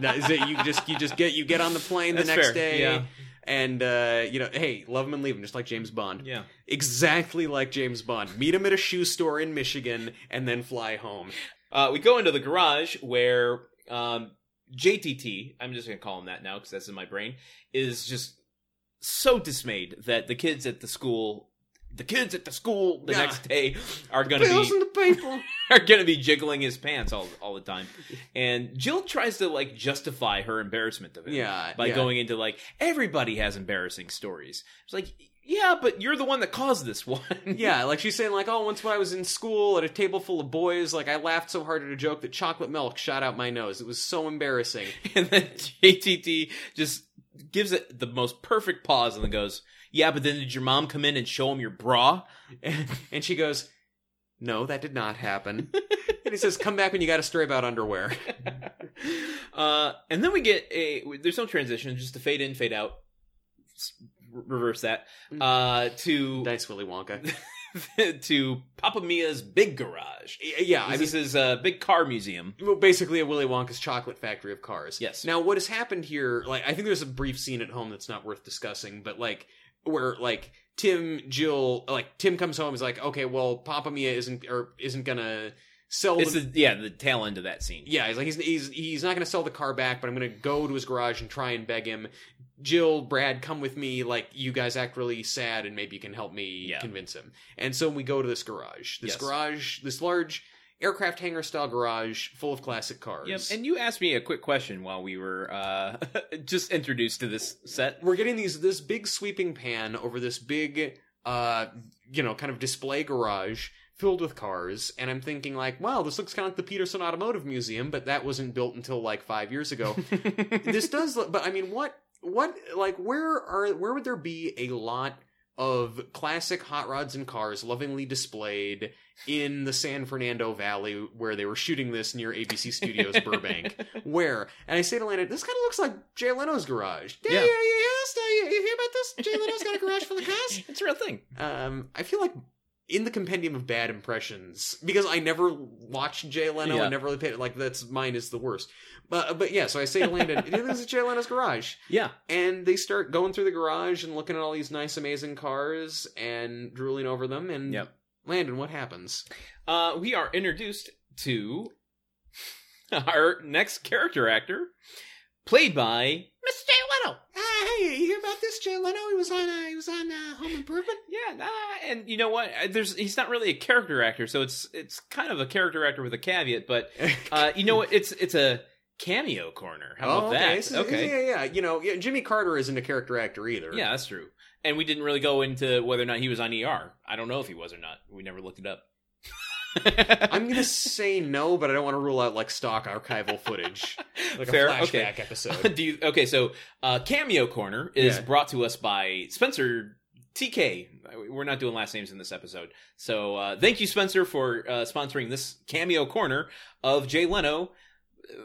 that is it. You just you just get you get on the plane the That's next fair. day, Yeah. and uh, you know, hey, love him and leave him, just like James Bond. Yeah. Exactly like James Bond. Meet him at a shoe store in Michigan, and then fly home. Uh, we go into the garage where um, JTT, I'm just going to call him that now because that's in my brain, is just so dismayed that the kids at the school, the kids at the school the Yeah. next day are going to Bills be and the people. [laughs] are going to be jiggling his pants all all the time. And Jill tries to like justify her embarrassment of it Yeah, by yeah. going into like everybody has embarrassing stories. It's like yeah, but you're the one that caused this one. [laughs] [laughs] Yeah, like she's saying, like, oh, once when I was in school at a table full of boys, like I laughed so hard at a joke that chocolate milk shot out my nose. It was so embarrassing. [laughs] And then JTT just gives it the most perfect pause and then goes, Yeah, but then did your mom come in and show him your bra? [laughs] And she goes, no, that did not [laughs] happen. and he says, come back when you got a story about underwear. uh, and then we get a, there's no transition, just a fade in, fade out, S- re- reverse that, uh, to, Nice Willy [laughs] Wonka. to Papa Mia's big garage. Y- Yeah, I mean, this is a big car museum. well, basically a Willy Wonka's chocolate factory of cars. Yes. Now, what has happened here? Like, I think there's a brief scene at home that's not worth discussing, but like, where like Tim, Jill, like Tim comes home is like, okay, well, Papa Mia isn't or isn't gonna sell It's the, the, yeah, the tail end of that scene. yeah he's like he's he's, he's not going to sell the car back but i'm going to go to his garage and try and beg him jill brad come with me like you guys act really sad and maybe you can help me Yeah. convince him and so we go to this garage this Yes. garage this large aircraft hangar style garage full of classic cars Yep, and you asked me a quick question while we were uh, [laughs] just introduced to this set. we're getting these this big sweeping pan over this big uh you know kind of display garage filled with cars and i'm thinking like wow this looks kind of like the peterson automotive museum but that wasn't built until like five years [laughs] [laughs] ago this does look but i mean what what like where are where would there be a lot of classic hot rods and cars lovingly displayed in the San Fernando Valley where they were shooting this near ABC Studios Burbank. Where? And I say to Lana, this kind of looks like Jay Leno's garage. Yeah, yeah, Yeah. yeah, yeah. that's the- You you hear about this? Jay Leno's got a garage for the [laughs] cars. it's a real thing. Um, I feel like in the compendium of bad impressions because I never watched Jay Leno Yeah. and never really paid it. Like that's mine is the worst. But but yeah, so I say to [laughs] Landon, "This is Jay Leno's garage," Yeah, and they start going through the garage and looking at all these nice, amazing cars and drooling over them. And Yep. Landon, what happens? uh, we are introduced to [laughs] our next character actor, played by Mr. Jay Leno. Ah, hey, you hear about this Jay Leno? He was on uh, he was on uh, Home Improvement. Yeah, nah, and you know what? Uh, There's he's not really a character actor, so it's it's kind of a character actor with a caveat. But uh, you know what? It's it's a cameo corner. [laughs] How about oh, that? okay. This is- Yeah, yeah. You know, yeah, Jimmy Carter isn't a character actor either. Yeah, that's true. And we didn't really go into whether or not he was on ER. I don't know if he was or not. We never looked it up. [laughs] I'm gonna say no, but I don't want to rule out like stock archival [laughs] footage, like Fair, a flashback okay. episode. [laughs] Do you okay? So, uh, cameo corner is Yeah. brought to us by Spencer TK. We're not doing last names in this episode, so uh, thank you, Spencer, for uh, sponsoring this cameo corner of Jay Leno,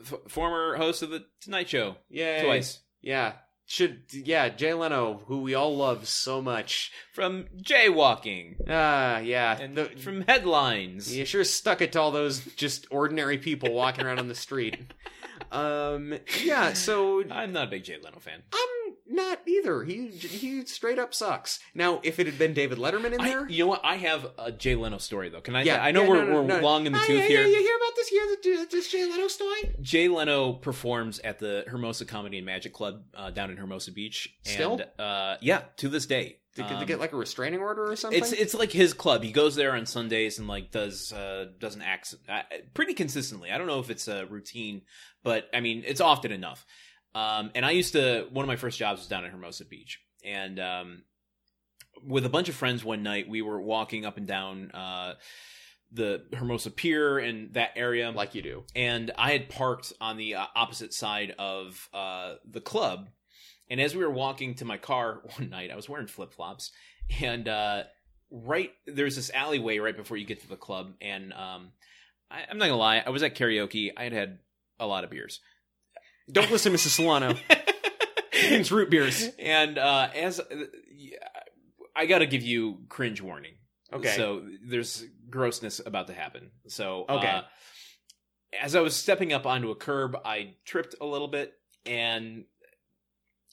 f- former host of the Tonight Show, Yeah, twice Yeah, should yeah Jay Leno, who we all love so much. from Jaywalking Ah, yeah, and the- from Headlines. you sure stuck it to all those just ordinary people walking around on the street. [laughs] Um, yeah, so I'm not a big Jay Leno fan. I'm not either. He he straight up sucks. Now, if it had been David Letterman in I- there, you know what? I have a Jay Leno story though. Can I? Yeah, I know yeah, we're, no, no, we're no. long in the Ah, tooth yeah, here. Yeah, you hear about this year this Jay Leno story? Jay Leno performs at the Hermosa Comedy and Magic Club uh, down in Hermosa Beach. Still? and, uh, yeah, to this day. Did, did Um, they get like a restraining order or something? it's it's like his club. He goes there on Sundays and like does uh, does an act uh, pretty consistently. I don't know if it's a routine, but I mean it's often enough. Um, and I used to one of my first jobs was down at Hermosa Beach, and um, with a bunch of friends one night we were walking up and down uh, the Hermosa Pier and that area like you do. and I had parked on the uh, opposite side of uh, the club. And as we were walking to my car [laughs] one night, I was wearing flip flops, and uh, right there's this alleyway right before you get to the club. And um, I, I'm not gonna lie, I was at karaoke. I had had a lot [laughs] of beers. Don't listen, Mrs. Solano. It's root beers. and uh, as yeah, I gotta give you cringe warning. [laughs] Okay. So there's grossness about to happen. So Okay. uh, as I was stepping up onto a curb, I tripped a little bit, and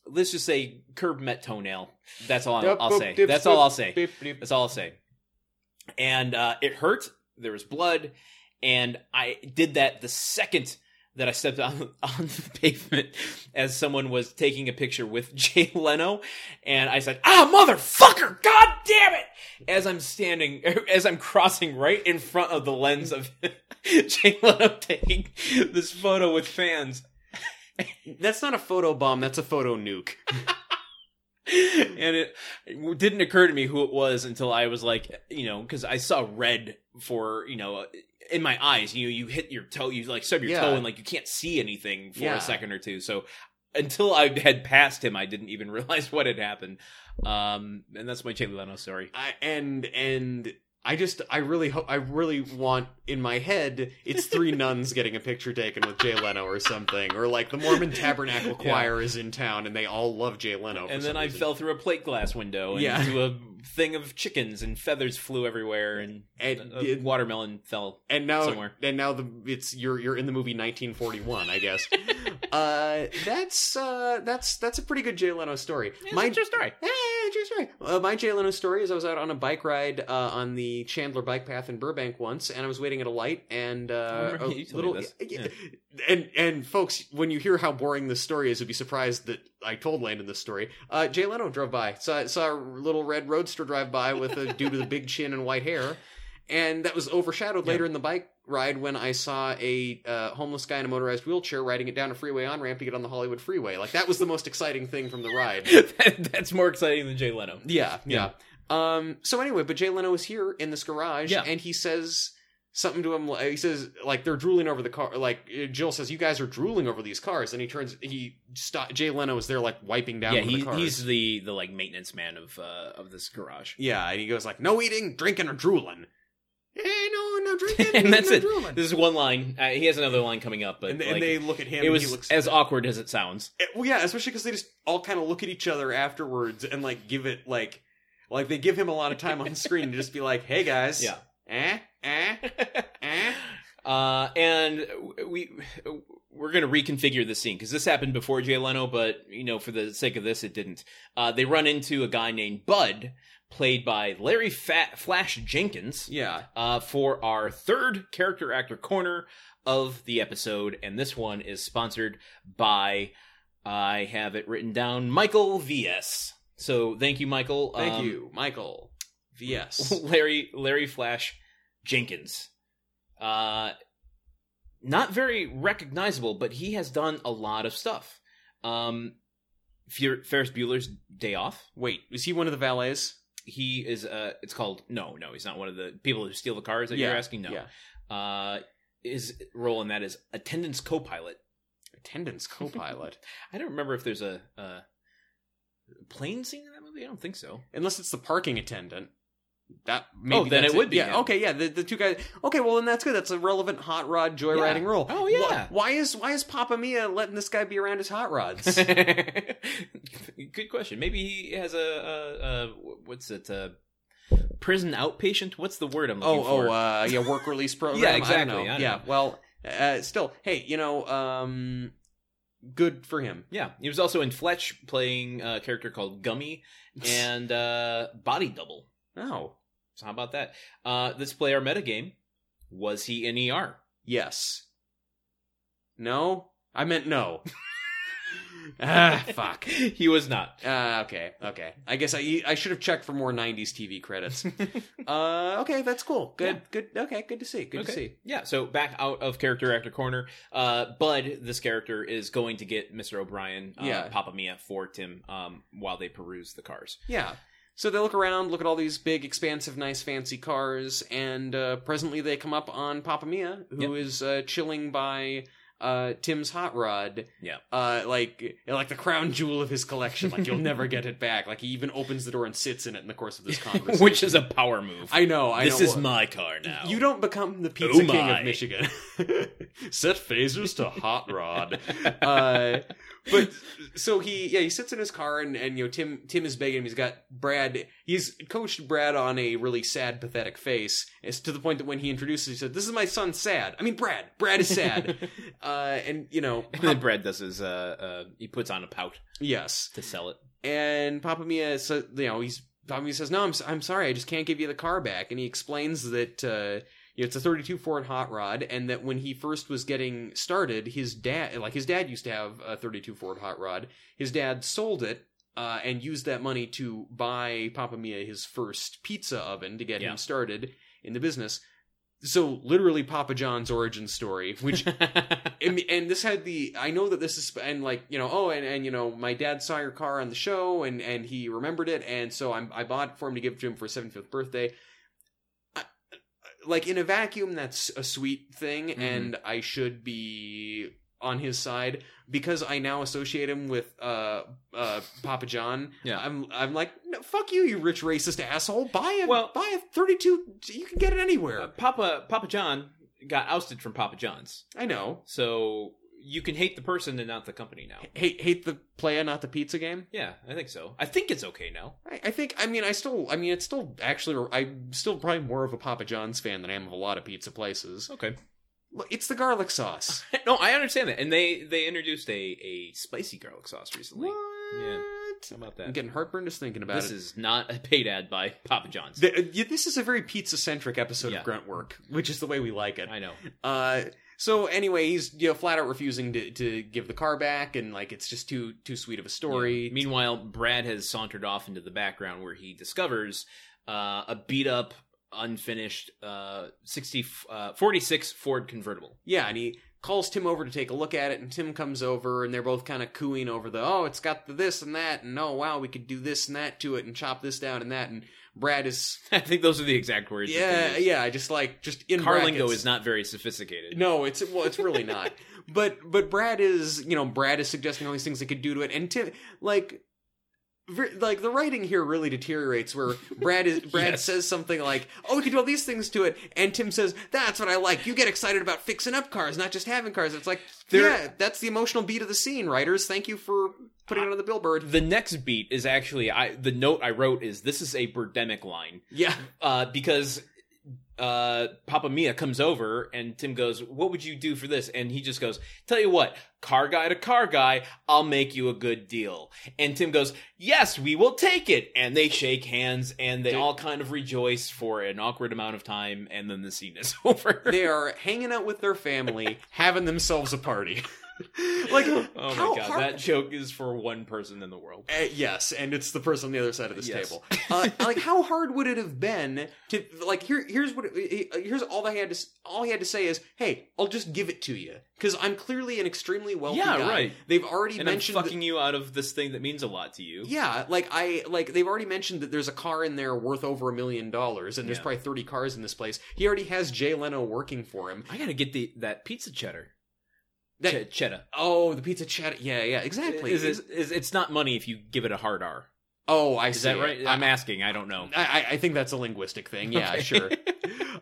let's just say curb met toenail. That's all I'll, I'll say. That's all I'll say. Beep, beep. That's all I'll say. And uh, it hurt. There was blood, and I did that the second that I stepped on [laughs] on the pavement as someone was taking a picture with [laughs] Jay Leno, and I said, "Ah, motherfucker! God damn it!" As I'm standing, [laughs] as I'm crossing right in front of the lens of [laughs] Jay Leno taking this photo with fans, That's not a photo bomb. That's a photo nuke. [laughs] and it, it didn't occur to me who it was until I was like, you know, because I saw red for you know in my eyes. You know, you hit your toe, you like stub your Yeah. toe, and like you can't see anything for Yeah. a second or two. So until I had passed him, I didn't even [laughs] realize what had happened. Um, and that's my Jay Leno story. I, and and I just I really hope I really want in my head it's [laughs] three nuns getting a picture taken with Jay Leno or something or like the Mormon Tabernacle [laughs] Yeah. Choir is in town and they all love Jay Leno. Oh, for And then some I reason. fell through a plate glass window and Yeah. into a thing of chickens and feathers flew everywhere and, And a it- watermelon [laughs] fell. and now Somewhere. and now the it's you're you're in the movie 1941, I [laughs] guess. uh, that's uh, that's that's a pretty good Jay Leno story. It's My- a true story. Yeah, yeah, true story. Uh, my Jay Leno story is I was out on a bike ride uh, on the Chandler bike path in Burbank once, and I was waiting at a light, and uh, remember a you told me little, this. Yeah. and and folks, when you hear how boring this story is, you'd be surprised that I told Landon this story. Uh, Jay Leno drove by, saw saw a little red roadster drive by with a dude with a big chin and white hair, and that was overshadowed Yeah. later in the bike ride when I saw a uh, homeless guy in a motorized wheelchair riding it down a freeway on ramp to get on the Hollywood freeway. Like that was the most exciting thing from the ride. [laughs] That- that's more exciting than Jay Leno. Yeah, yeah. Um. So anyway, but Jay Leno is here in this garage, Yeah. and he says something to him. like- He says like they're drooling over the car. Like uh, Jill says, "You guys are drooling over these cars." And he turns. He stop. Jay Leno is there, like wiping down. yeah, one of he, the cars. he's the the like maintenance man of uh, of this garage. [laughs] yeah, and he goes like, "No eating, drinking, or drooling." Hey, no, no drinking, [laughs] And no that's it. drooling. This is one line. Uh, he has another line coming up, but and, they- and like, they look at him. it and was he looks, as awkward as [laughs] it sounds. It- well, yeah, especially because they just all kind of look at each other afterwards and like give it like, like they give him a lot of time on screen to just be like, "Hey guys, Yeah. eh, eh, eh." Uh, and we we're gonna reconfigure the scene because this happened before Jay Leno, but you know for the sake of this, it didn't. Uh, they run into a guy named Bud, played by Larry Fat Flash Jenkins, Yeah, uh, for our third character actor corner of the episode, and this one is sponsored by I have it written down Michael VS. So thank you, Michael. thank Um, you, Michael. VS. [laughs] Larry Larry Flash Jenkins. Uh not very recognizable, but he has done a lot of stuff. Um Fer- Ferris Bueller's Day Off. Wait, is he one of the valets? He is uh it's called no, no, he's not one of the people who steal the cars that Yeah, you're asking. No. yeah. Uh his role in that is attendance co-pilot. Attendance co-pilot. [laughs] I don't remember if there's a, a plane scene in that movie. I don't [laughs] think so. Unless it's the parking attendant. That maybe Oh, then that's it would be Yeah. him. Okay. Yeah. The, the two guys. Okay. Well, then that's good. That's a relevant hot rod joyriding role. Oh, Wh- yeah. Why is why is Papa Mia letting this guy be around his hot rods? Good question. Maybe he has a, a, a what's it? A prison outpatient? What's the word I'm looking oh, for? oh, uh, yeah, work [laughs] release program. Yeah, I don't exactly, know. I don't yeah, know. well, uh, still, hey, you know, um, good for [laughs] him. yeah, he was also in Fletch playing a character called Gummy and uh, Body Double. oh, So how about that? Uh, let's play our metagame. Was he in ER? yes, no, I meant [laughs] no. ah, fuck. [laughs] he was not. Uh, okay, okay. I guess I I should have checked for more '90s TV [laughs] credits. uh, okay, that's cool. Good, Yeah. good. Okay, good to see. Good to Okay. see. Yeah, so back out of character actor corner. Uh, Bud, this character, is going to get Mr. O'Brien, uh, Yeah. Papa Mia, for Tim um, while they peruse the cars. Yeah. So they look around, look at all these big, expansive, nice, fancy cars, and uh, presently they come up on Papa Mia, who is uh, chilling by uh, Tim's hot rod. Yeah. Uh, like like the crown jewel of his collection. Like you'll never get it back. Like he even opens the door and sits in it in the course of this conversation. [laughs] [laughs] which is a power move. I know. I this know. is my car now. [laughs] You don't become the pizza Oh king my. of Michigan. [laughs] Set phasers to hot rod. [laughs] Uh, but so he, yeah, he sits in his car and and you know Tim Tim is begging him. He's got Brad. He's coached Brad on a really sad, pathetic face. It's to the point that when he introduces, he said, "This is my son, sad." I mean, Brad. Brad is sad. [laughs] uh, and you know, And then Brad does his. Uh, uh, he puts on a pout yes. [laughs] to sell it. and Papa Mia says, you know, he's Papa Mia says, no, I'm I'm sorry, I just can't give you the car back, and he explains that uh, you know, it's a 32 Ford Hot Rod, and that when he first was getting started, his dad, like his dad used to have a 32 Ford Hot Rod, his dad sold it. Uh, and used that money to buy Papa Mia his first pizza oven to get Yeah. him started in the business. So literally Papa John's origin story, which I mean, and this had the I know that this is and like you know oh and and you know my dad saw your car on the show and and he remembered it and so I'm I bought it for him to give to him for his 75th birthday. I- Like in a vacuum, that's a sweet thing, Mhm. and I should be on his side because I now associate him with uh uh Papa John. Yeah. I'm I'm like no, fuck you, you rich racist asshole. Buy a Well- buy a 32. You can Uh, get it anywhere. Papa Papa John got ousted from Papa John's, I know. so you can hate the person and not the company now. Hate hate the player, not the pizza game. Yeah, I think so. I think it's okay now. I, I think. I mean, I still. I mean, it's still actually. I'm still probably more of a Papa John's fan than I am of a lot of pizza places. Okay. Look, It's the garlic sauce. [laughs] No, I understand that. And they they introduced a a spicy garlic sauce recently. what? How about I'm that? getting heartburn just thinking about This it. is not a paid ad by Papa John's. Th- uh, yeah, this is a very pizza-centric episode Yeah. of Grunt Work, which is the way we like it. I know. Uh, so anyway, he's you know, flat out refusing to, to give the car back, and like it's just too too sweet of a story. Yeah. Meanwhile, Brad has sauntered off into the background where he discovers uh, a beat up, unfinished uh, 60, uh, 46 Ford convertible. [laughs] Yeah, and he calls Tim over to take a look at it, and Tim comes over, and they're both kind of cooing over the, oh, it's got the this and that, and oh, wow, we could do this and that to it, and chop this down and that, and Brad is, I think those are the exact words. that yeah, they used. yeah, just like, just in Car brackets. lingo is not very sophisticated. No, it's well, it's really not. [laughs] But but Brad is you know Brad is suggesting all these things they could do to it, and Tim like. ver- Like the writing here really deteriorates, where Brad [laughs] is Brad Yes. says something like, "Oh, we could do all these things to it," and Tim says, "That's what I like. You get excited about fixing up cars, not just having cars." It's like, There- yeah, that's the emotional beat of the scene, writers. Thank you for putting it on the billboard. The next beat is actually I. The note I wrote is this is a Birdemic line Yeah, uh, because uh, Papa Mia comes over and Tim goes, "What would you do for this?" And he just goes, "Tell you what, car guy to car guy, I'll make you a good deal." And Tim goes, "Yes, we will take it." And they shake hands and they Dude. all kind of rejoice for an awkward amount of time, and then the scene is [laughs] over. they are hanging out with their [laughs] family, having themselves a [laughs] party. like, oh my how god, hard- that joke is for one person in the world. Uh, yes, and it's the person on the other side of this Yes. table. Uh, [laughs] like, how hard would it have been to like? Here, here's what. It, here's all that he had to. s- All he had to say is, "Hey, I'll just give it to you because I'm clearly an extremely wealthy Yeah, guy. right. They've already And I'm mentioned. that- fucking you out of this thing that means a lot to you. yeah, like I like they've already mentioned that there's a car in there worth over a million dollars, and there's Yeah. probably 30 cars in this place. He already has Jay Leno working for him. I gotta get the that pizza cheddar. That- Ch- cheddar. Oh, the pizza chat. Yeah, yeah, exactly. Is, it- is- it's not money if you give it a hard R. oh, I Is see. that right? it. I'm asking. I don't know. I, I- I think that's a linguistic thing. Yeah, Okay. [laughs] sure.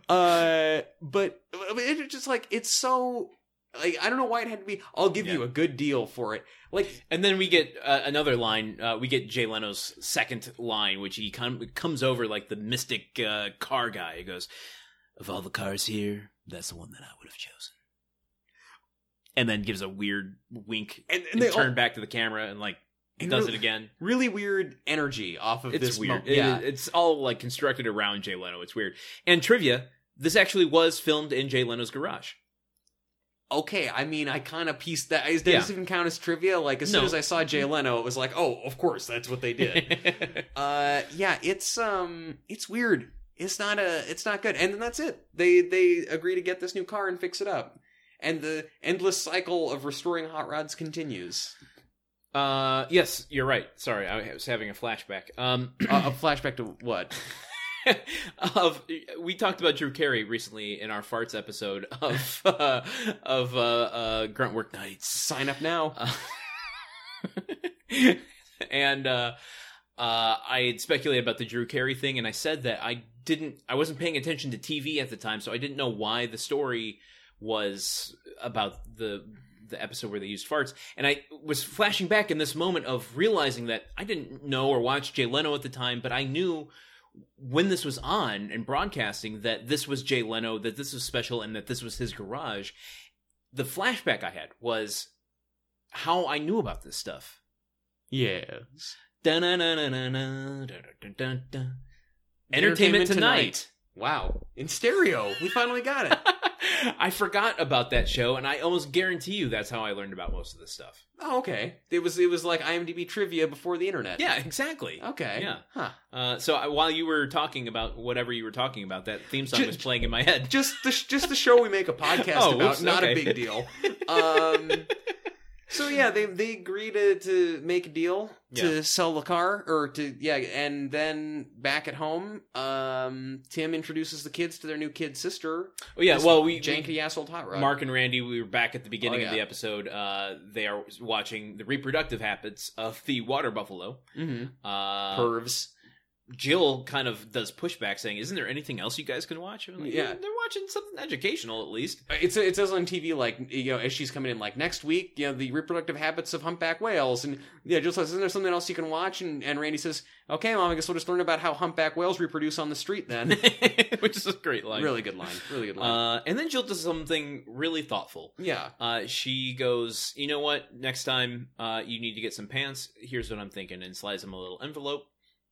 Uh, but I mean, it's just like it's so. Like I don't know why it had to be. I'll give you Yeah. a good deal for it. Like and then we get uh, another line. Uh, we get Jay Leno's second line, which he com- comes over like the mystic uh, car guy. He goes, "Of all the cars here, that's the one that I would have chosen." And then gives a weird wink and, and and, they all- turn back to the camera and like and does really, it again. Really weird energy off of It's this. weird. mo- It- yeah, it's all like constructed around Jay Leno. It's weird. And trivia: this actually was filmed in Jay Leno's garage. okay. I mean, I kind of pieced that. Is, does Yeah. this even count as trivia? Like as soon No. as I saw Jay Leno, it was like, oh, of course, that's what they [laughs] did. uh yeah it's um it's weird it's not a it's not good and then that's it they they agree to get this new car and fix it up and the endless cycle of restoring hot rods continues Uh, yes, you're right. Sorry, I was having a flashback. Um, uh, [clears throat] a flashback to what [laughs] of we talked about Drew Carey recently in our farts episode of [laughs] uh, of uh, uh, grunt work nights, sign up now uh, [laughs] and uh, uh, I had speculated about the Drew Carey thing, and I said that I didn't, I wasn't paying attention to TV at the time, so I didn't know why the story was about the the episode where they used farts and i was flashing back in this moment of realizing that i didn't know or watch jay leno at the time but i knew when this was on and broadcasting that this was jay leno that this was special and that this was his garage the flashback i had was how i knew about this stuff yes Dun-dun-dun-dun-dun, dun-dun-dun-dun. entertainment tonight wow in stereo we finally got it [laughs] I forgot about that show, and I almost guarantee you that's how I learned about most of this stuff. oh, okay it was it was like imdb trivia before the internet Yeah, exactly. okay Yeah. huh Oh. Uh, so I, while you were talking about whatever you were talking about, that theme song Ju- was playing in my head. just the just the show we make a podcast Oh, about. whoops, not a okay. big [laughs] deal. Um, so yeah, they they agree to to make a deal to sell the car or to yeah, and then back at home, um, Tim introduces the kids to their new kid sister. Oh yeah, this well we, janky ass old hot rod. Mark and Randy, we were back at the beginning Oh, of yeah. the episode. Uh, they are watching the reproductive habits of the water buffalo. hmm Uh, pervs. Jill kind of does pushback, saying, "Isn't there anything else you guys can watch?" I'm like, "Mm, Yeah. They're watching something educational [laughs] at least. [laughs] Uh, It's it says on TV like you know as she's coming in like next week you know the reproductive habits of humpback whales and yeah just like isn't there something else you can watch and and Randy says okay mom I guess we'll just learn about how humpback whales reproduce on the street then Which is a great line. really good line really good line Uh, and then Jill does something really thoughtful. yeah Uh, she goes, you know what? Next time uh, you need to get some pants. Here's what I'm thinking, and slides him a little envelope.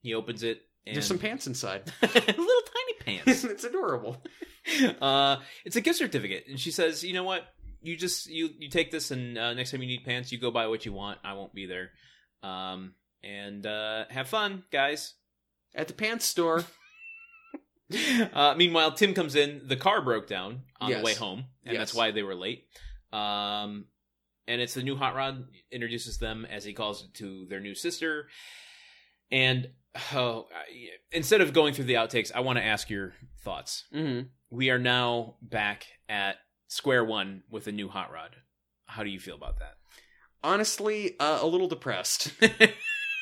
He opens it. And there's [laughs] some pants [laughs] inside little tiny pants. it's adorable [laughs] uh, it's a gift certificate, and she says, you know what? You just you you take this, and uh, next time you need pants, you go buy what you want. I won't be there. Um, and uh, have fun, guys. [laughs] at the pants store Uh, meanwhile, Tim comes in. The car broke down on Yes. the way home, and that's Yes. why they were late. Um, and it's the new hot rod introduces them as he calls it to their new sister. And oh, I, instead of going through the outtakes, I want to ask your thoughts. mm-hmm. We are now back at square one with a new hot rod. How do you feel about honestly uh, a little [laughs] depressed that?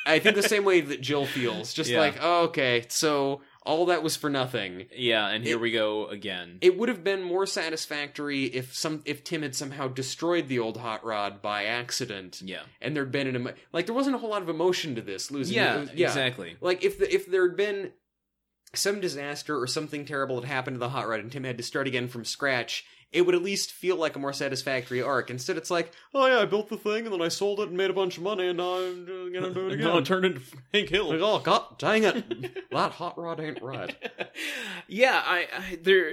I think the same way that Jill feels just Yeah. like oh, okay so all that was for nothing yeah, and here It- we go again. It would have been more satisfactory if some if Tim had somehow destroyed the old hot rod by accident, yeah. and there'd been an emo- like there wasn't a whole lot of emotion to this losing. it yeah, was- exactly. Like if the, if there had been some disaster or something terrible had happened to the hot rod, and Tim had to start again from scratch, it would at least feel like a more satisfactory arc. Instead, it's like, oh yeah, I built the thing and then I sold it and made a bunch of money, and now I'm uh, gonna do it again. [laughs] Now it turned into Hank Hill. Like, oh god, dang it! that hot rod ain't right. [laughs] yeah, I, I there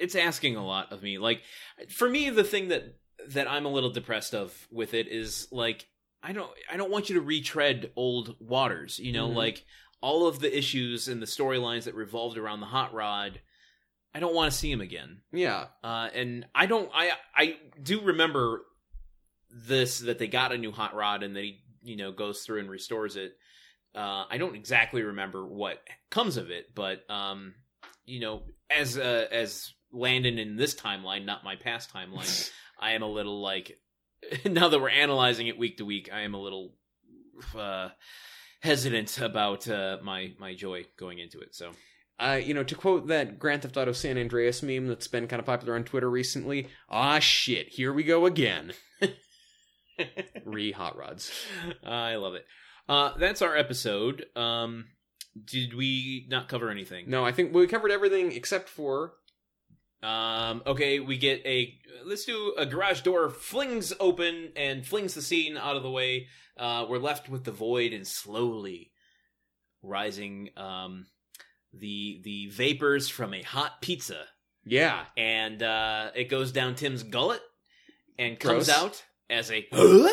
it's asking a lot of me. Like for me the thing that that I'm a little depressed of with it is like I don't I don't want you to retread old waters, you know, Mhm. like all of the issues and the storylines that revolved around the hot rod. I don't want to see him again. Yeah, Uh, and I don't. I I do remember this that they got a new hot rod and that he you know goes through and restores it. Uh, I don't exactly remember what comes of it, but um, you know, as uh, as Landon in this timeline, not my past timeline, I am a little like [laughs] now that we're analyzing it week to week, I am a little uh, hesitant about uh, my my joy going into it. So uh, you know, to quote that Grand Theft Auto San Andreas meme that's been kind of popular on Twitter recently, ah shit, here we go again. [laughs] Re hot rods. I love it. Uh, that's our episode. Um, did we not cover anything? No, I think we covered everything except for Um, okay, we get a let's do a garage door flings open and flings the scene out of the way. Uh, we're left with the void and slowly rising um, the the vapors from a hot pizza, yeah, and uh, it goes down Tim's gullet and Gross. comes out as a. Huh?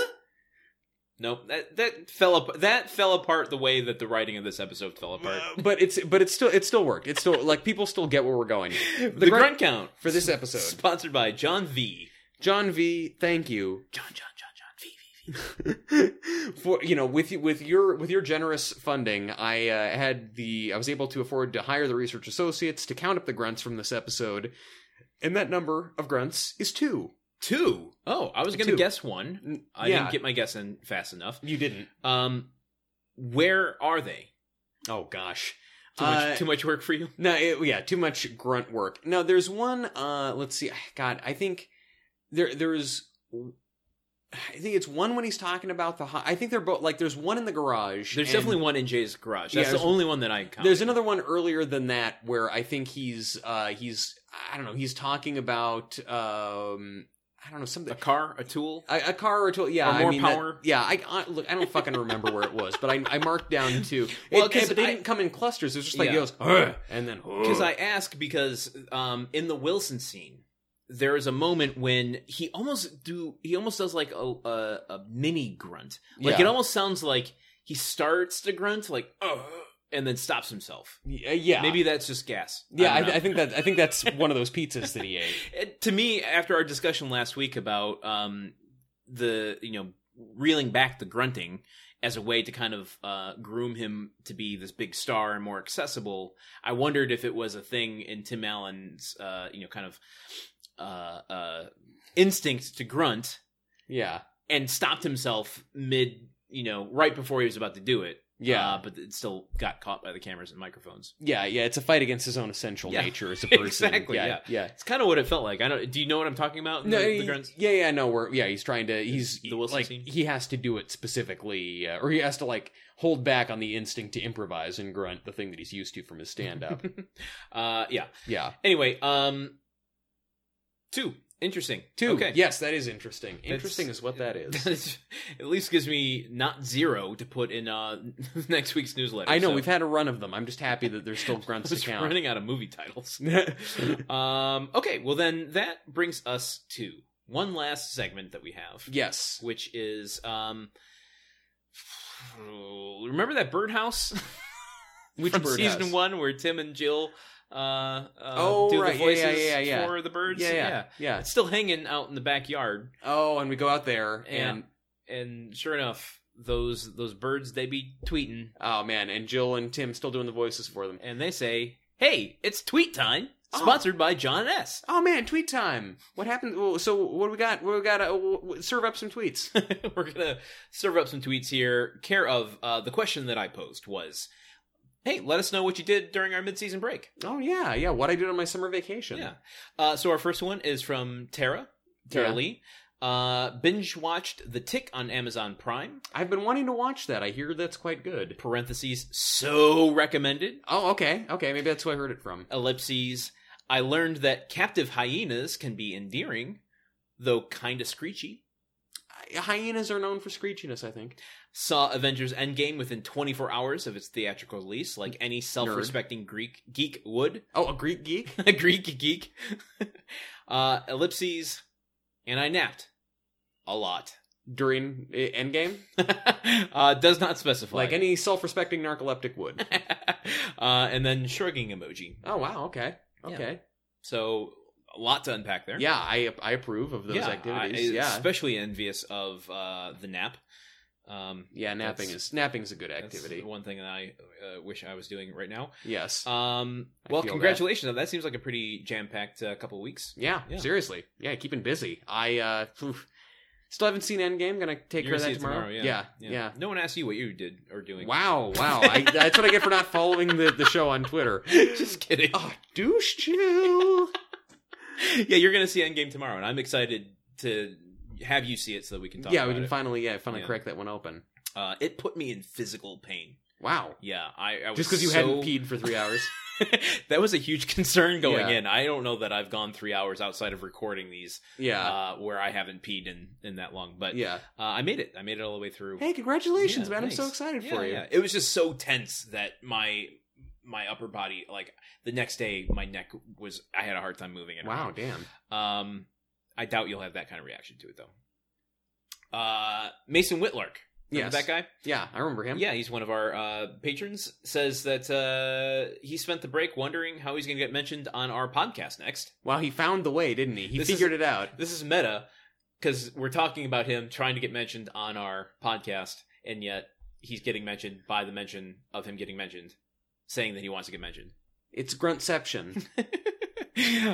Nope that that fell up that fell apart the way that the writing of this episode fell apart. but it's but it's still it still worked. It's still like people still get where we're going the grunt- grunt count for this episode. sponsored by John V. John V, thank you John John John John V V. for you know with with your with your generous funding i uh, had the i was able to afford to hire the research associates to count up the grunts from this episode and that number of grunts is two Two. Oh, I was going Two. to guess one. N- I didn't get my guess in fast enough. you didn't Um, where are they? oh gosh Too much, Uh, too much work for you. no it, yeah too much grunt work no there's one uh let's see god i think there there's i think it's one when he's talking about the hi- i think they're both like there's one in the garage There's and- definitely one in Jay's garage. Yeah, That's the there's- only one that I count. There's another one earlier than that where I think he's uh he's I don't know, he's talking about um I don't know a something car, a tool. a, a car or a tool, yeah. Or more I mean, that- power. yeah, I, I look. I don't fucking remember where it was, but I, I marked down two. [laughs] Well, Well, okay, 'cause but they I- didn't come in clusters. It was just like Yeah. it goes, "Ugh," and then Because I ask because um, in the Wilson scene, there is a moment when he almost do he almost does like a a, a mini grunt. Like Yeah. it almost sounds like he starts to grunt like "Ugh," and then stops himself. Y- uh, yeah, Maybe that's just gas. yeah. I I, don't know. I think that I think [laughs] that's one of those pizzas that he ate. It- to me after our discussion last week about um the you know reeling back the grunting as a way to kind of uh, groom him to be this big star and more accessible i wondered if it was a thing in tim allen's uh you know kind of uh uh instinct to grunt Yeah, and stopped himself mid you know right before he was about to do it Yeah. Uh, but it still got caught by the cameras and microphones. yeah, yeah. It's a fight against his own essential Yeah. nature [laughs] as a person. Exactly, Yeah, yeah. yeah. It's kind of what it felt like. I don't. Do you know what I'm talking about? No, the, the he- grunts. yeah, yeah, no. We're yeah. He's trying to. He's The Wilson like scene? he has to do it specifically, uh, or he has to like hold back on the instinct to improvise and grunt, the thing that he's used to from his stand [laughs] [laughs] up. Uh, yeah. yeah, Anyway, um, two interesting. two. Okay. Yes, that is interesting. That's- Interesting is what that [laughs] is. At least gives me not zero to put in uh [laughs] next week's newsletter. I know so we've had a run of them. I'm just happy that there's [laughs] still grunts to just count. running out of movie [laughs] titles. um, okay, well then that brings us to one last segment that we have, yes. which is um, remember that birdhouse [laughs] Which from bird season has? one where Tim and Jill uh, uh Oh, do right, the yeah, yeah, voices yeah, yeah. for the birds. Yeah, yeah, yeah. it's still hanging out in the backyard, Oh, and we go out there Yeah. and and sure enough, those those birds they be tweeting, oh man, and Jill and Tim still doing the voices for them. and they say, "Hey, it's tweet time." Oh. Sponsored by John S. [laughs] Oh man, tweet time! What happened? well, So what do we got? What do we got? Uh, w- w- serve up some tweets. [laughs] we're gonna serve up some tweets here. Care of uh, the question that I posed was, "Hey, let us know what you did during our midseason break." Oh yeah, yeah. What I did on my summer vacation. Yeah. Uh, so our first one is from Tara Tara Yeah. Lee. Uh, binge watched The Tick on Amazon Prime. I've been wanting to watch that. I hear that's quite good. Parentheses so recommended. Oh, okay, okay. Maybe that's who I heard it from. Ellipses. I learned that captive hyenas can be endearing, though kinda screechy. Hy- Uh, Hyenas are known for screechiness, I think. Saw Avengers Endgame within 24 hours of its theatrical release, like any self-respecting Greek geek would. [laughs] Oh, a Greek geek. [laughs] a Greek geek. [laughs] uh, ellipses, and I napped a lot. [laughs] during uh, Endgame, uh, does not specify. like any self-respecting narcoleptic would. [laughs] uh, and then shrugging emoji. Oh wow, okay, Yeah. okay. So a lot to unpack there. Yeah, I I approve of those Yeah, activities. I- [laughs] yeah, Especially envious of uh, the nap. Um, yeah. Napping that's- is napping's a good that's activity. one thing that I uh, wish I was doing right now. Yes. Um, I well, feel that. congratulations. That. that seems like a pretty jam-packed uh, couple of weeks. yeah, yeah. Seriously. Yeah. Keeping busy. I uh, phew, still haven't seen Endgame. Gonna take care You're of gonna that see it tomorrow. yeah. yeah. No one asked you what you did or doing. Wow, wow. I, that's what I get for not following the, the show on [laughs] Twitter. [laughs] Just kidding. Oh, douche chill. [laughs] yeah, you're gonna see Endgame tomorrow, and I'm excited to have you see it so that we can [laughs] talk. yeah, we about can it. finally yeah, finally Yeah. crack that one open. uh, it put me in physical pain. Wow. Yeah, I, I was Just because you so- hadn't peed for three hours. [laughs] that was a huge [laughs] concern going Yeah. in. I don't know that I've gone three hours outside of recording these Yeah. uh, where I haven't peed in in that long, but yeah. uh, I made it. I made it all the way through. Hey, congratulations, Yeah, man. I'm so thanks. excited Yeah, for you. yeah. It was just so tense that my my upper body, like the next day, my neck was. I had a hard time moving it. around. Wow, damn. Um, I doubt you'll have that kind of reaction to it though. Uh, Mason Whitlark, yeah, Yes. that guy. Yeah, I remember him. Yeah, he's one of our uh, patrons. Says that uh, he spent the break wondering how he's going to get mentioned on our podcast next. Wow, he found the way, didn't he? He This is- figured it out. This is meta because we're talking about him trying to get mentioned on our podcast, and yet he's getting mentioned by the mention of him getting mentioned, saying that he wants to get mentioned. [laughs] It's gruntception.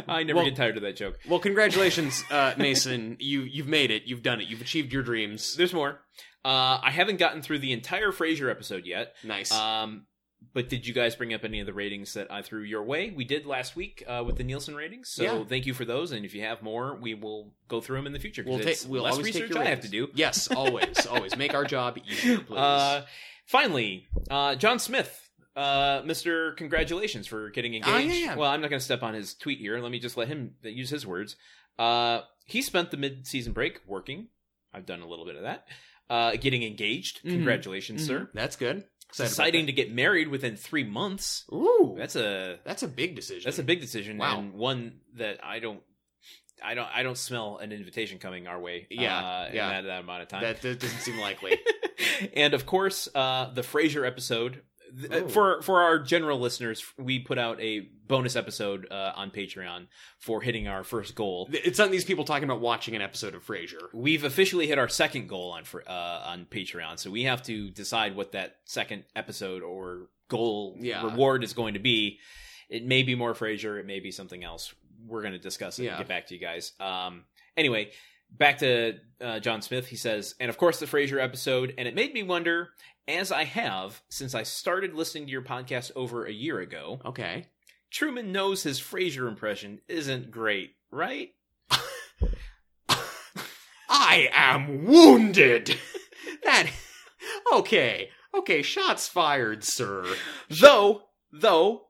I never Well- get tired of that joke. well, congratulations, uh, Mason. You you've made it. You've done it. You've achieved your dreams. There's more. Uh, I haven't gotten through the entire Frasier episode yet. Nice. Um, but did you guys bring up any of the ratings that I threw your way? We did last week uh, with the Nielsen ratings, so Yeah. thank you for those. And if you have more, we will go through them in the future. 'cause we'll take it's we'll less always research take your I have to ratings. do. Yes, always, [laughs] always. Make our job easier, [laughs] please. Uh, finally, uh, John Smith, uh, Mister, congratulations for getting engaged. Ah, yeah, yeah. Well, I'm not going to step on his tweet here. Let me just let him use his words. Uh, he spent the mid-season break working. I've done a little bit of that. Uh, getting engaged. Mhm. Congratulations, sir. Mhm. That's good. It's mm-hmm. exciting to get married within three months. to. Ooh, that's That's a that's a big decision. that's a big decision Wow. and one that I don't I don't I don't smell an invitation coming our way. Yeah, uh, yeah. In that, that amount of time. That, that doesn't seem [laughs] likely. and of course, uh, the Frasier episode. Th- uh, Ooh. For for our general listeners, we put out a bonus episode uh, on Patreon for hitting our first goal. it's not these people talking about watching an episode of Frasier. We've officially hit our second goal on Fr- uh, on Patreon, so we have to decide what that second episode or goal Yeah. reward is going to be. It may be more Frasier, it may be something else. We're going to discuss it Yeah. and get back to you guys. Um, anyway, back to uh, John Smith, he says, and of course the Frasier episode, and it made me wonder, as I have since I started listening to your podcast over a year ago, Okay. Truman knows his Frasier impression isn't great, right? I am wounded. [laughs] that. Okay. Okay. Shots fired, sir. Though, though,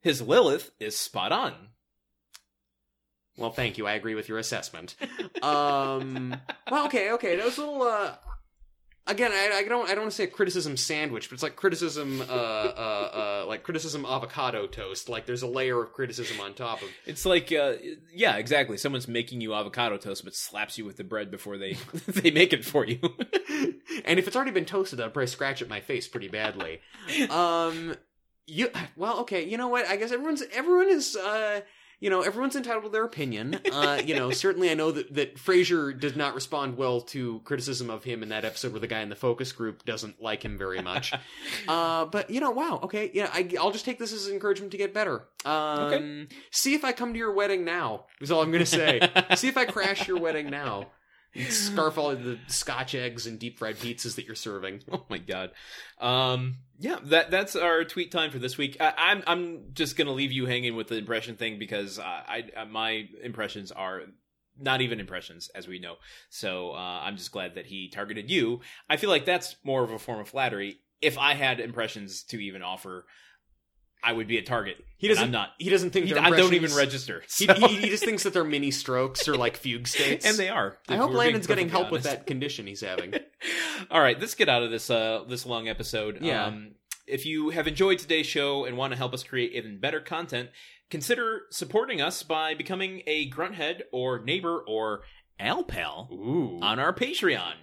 his Lilith is spot on. Well, thank you. I agree with your assessment. Um. Well, okay. Okay. That was a little. Uh, again, I, I don't. I don't want to say a criticism sandwich, but it's like criticism. Uh. Uh. uh like criticism avocado toast. Like there's a layer of criticism on top of. It's like, uh, yeah, exactly. Someone's making you avocado toast, but slaps you with the bread before they [laughs] they make it for you. and if it's already been toasted, I'd probably scratch at my face pretty badly. um, you well, okay. You know what? I guess everyone's everyone is. Uh, you know, everyone's entitled to their opinion. Uh, you know, certainly I know that that Frasier does not respond well to criticism of him in that episode where the guy in the focus group doesn't like him very much. Uh, but you know, wow, okay, yeah, I, I'll just take this as an encouragement to get better. Um, See if I come to your wedding now. Is all I'm gonna say. See if I crash your wedding now. And Scarf all of the scotch eggs and deep fried pizzas that you're serving. [laughs] Oh my god. Um yeah, that that's our tweet time for this week. I, I'm I'm just gonna leave you hanging with the impression thing because uh, I, I my impressions are not even impressions as we know. So uh, I'm just glad that he targeted you. I feel like that's more of a form of flattery. If I had impressions to even offer, I would be a target. He And doesn't. I'm not. He doesn't think. He, they're I don't even impressions. register. He, so- he, he just thinks that they're mini strokes or like fugue states. [laughs] and they are. I if hope we're being Landon's getting perfectly help with honest. that condition he's [laughs] having. All right, let's get out of this uh this long episode. Yeah. Um if you have enjoyed today's show and want to help us create even better content, consider supporting us by becoming a grunthead or neighbor or al pal Ooh. on our Patreon.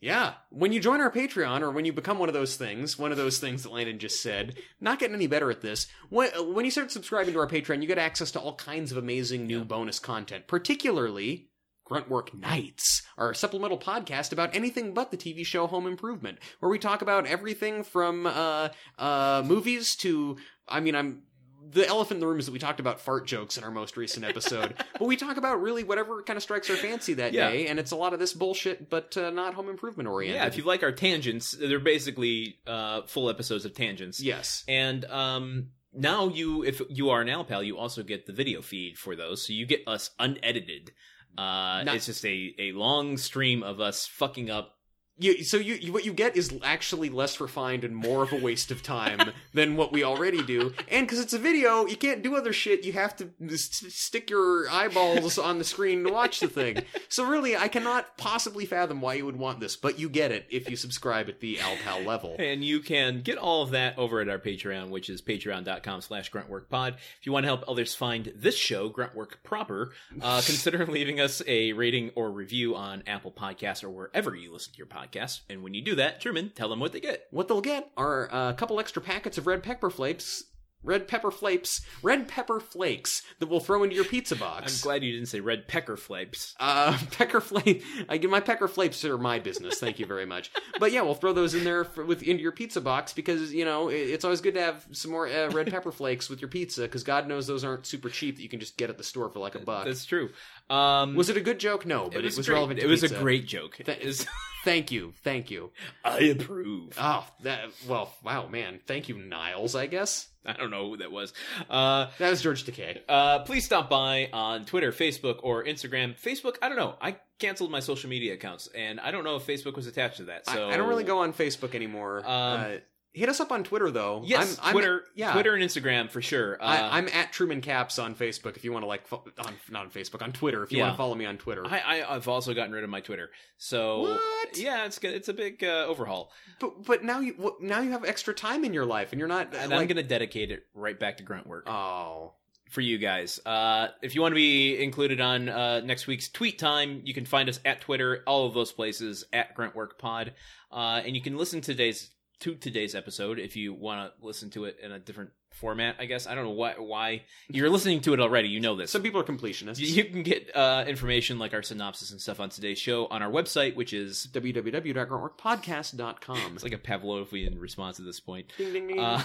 Yeah. When you join our Patreon or when you become one of those things, one of those things that Landon just said, not getting any better at this. When, when you start subscribing to our Patreon, you get access to all kinds of amazing new bonus content, particularly Gruntwork Nights, our supplemental podcast about anything but the TV show Home Improvement, where we talk about everything from uh, uh, movies to, I mean, I'm. The elephant in the room is that we talked about fart jokes in our most recent [laughs] episode, but we talk about really whatever kind of strikes our fancy that Yeah. day, and it's a lot of this bullshit, but uh, not home improvement oriented. Yeah, if you like our tangents, they're basically uh full episodes of tangents. yes, And um now you if you are an al pal, you also get the video feed for those. So you get us unedited. Uh Not- it's just a a long stream of us fucking up you, so you, you what you get is actually less refined and more of a waste of time than what we already do, and because it's a video, you can't do other shit. You have to s- s- stick your eyeballs on the screen to watch the thing. So really, I cannot possibly fathom why you would want this, but you get it if you subscribe at the Alpal level. And you can get all of that over at our Patreon, which is patreon.com slash gruntworkpod. If you want to help others find this show, Gruntwork Proper, uh, [laughs] consider leaving us a rating or review on Apple Podcasts or wherever you listen to your podcast. And when you do that, Truman, tell them what they get. What they'll get are uh, a couple extra packets of red pepper flakes, red pepper flakes, red pepper flakes that we'll throw into your pizza I'm box. glad you didn't say red pecker flapes. Uh, [laughs] pecker flake. I give my pecker flakes are my business. Thank you very much. But yeah, we'll throw those in there for, with into your pizza box because you know it, it's always good to have some more uh, red pepper flakes with your pizza because God knows those aren't super cheap that you can just get at the store for like a buck. That's true. Um, was it a good joke? No, but it was, great. relevant. To It was pizza. a great joke. That is, Thank you, thank you. I approve. Oh, that well, wow, man. Thank you, Niles. I guess [laughs] I don't know who that was. Uh, that was George Takei. Uh, please stop by on Twitter, Facebook, or Instagram. Facebook, I don't know. I canceled my social media accounts, and I don't know if Facebook was attached to that. I- So I, don't really go on Facebook anymore. Um, uh, hit us up on Twitter though. Yes, I'm, I'm, Twitter, yeah. Twitter and Instagram for sure. Uh, I, I'm at Truman Caps on Facebook. If you want to like fo- on not on Facebook on Twitter. If you want Yeah. to follow me on Twitter. I, I, I've also gotten rid of my Twitter. So what? yeah, it's good. It's a big uh, overhaul, But but now you what- now you have extra time in your life, and you're not. and like, I'm gonna dedicate it right back to grunt work. Oh. for you guys. Uh, if you want to be included on uh, next week's tweet time, you can find us at Twitter, all of those places at GruntworkPod, uh, and you can listen to today's to today's episode if you want to listen to it in a different format. I guess I don't know why why you're listening to it already. You know this. Some people are completionists. you you can get uh, information like our synopsis and stuff on today's show on our website, which is www.gruntworkpodcast.com. it's like a Pavlovian response at this point. ding, ding, ding. Uh,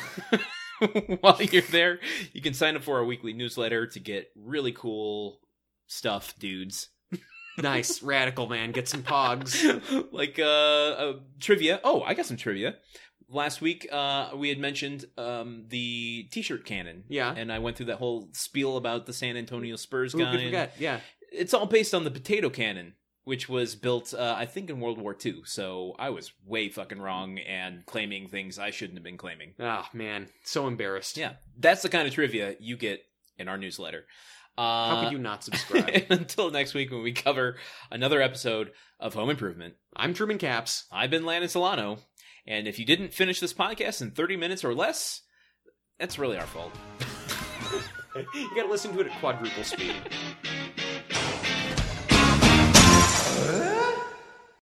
[laughs] while you're there, you can sign up for our weekly newsletter to get really cool stuff, dudes. [laughs] [laughs] nice, radical man. Get some pogs. like uh, uh trivia. Oh, I got some trivia. Last week uh we had mentioned um the t-shirt cannon. Yeah. And I went through that whole spiel about the San Antonio Spurs Who guy. could and- forget? Yeah. It's all based on the potato cannon, which was built uh I think in World War II. So I was way fucking wrong and claiming things I shouldn't have been claiming. Ah man, so embarrassed. Yeah. That's the kind of trivia you get in our newsletter. Uh How could you [laughs] not subscribe? until next week when we cover another episode of Home Improvement. I'm Truman Caps. I've been Landon Solano, and if you didn't finish this podcast in 30 minutes or less, that's really our fault. You gotta listen to it at quadruple speed.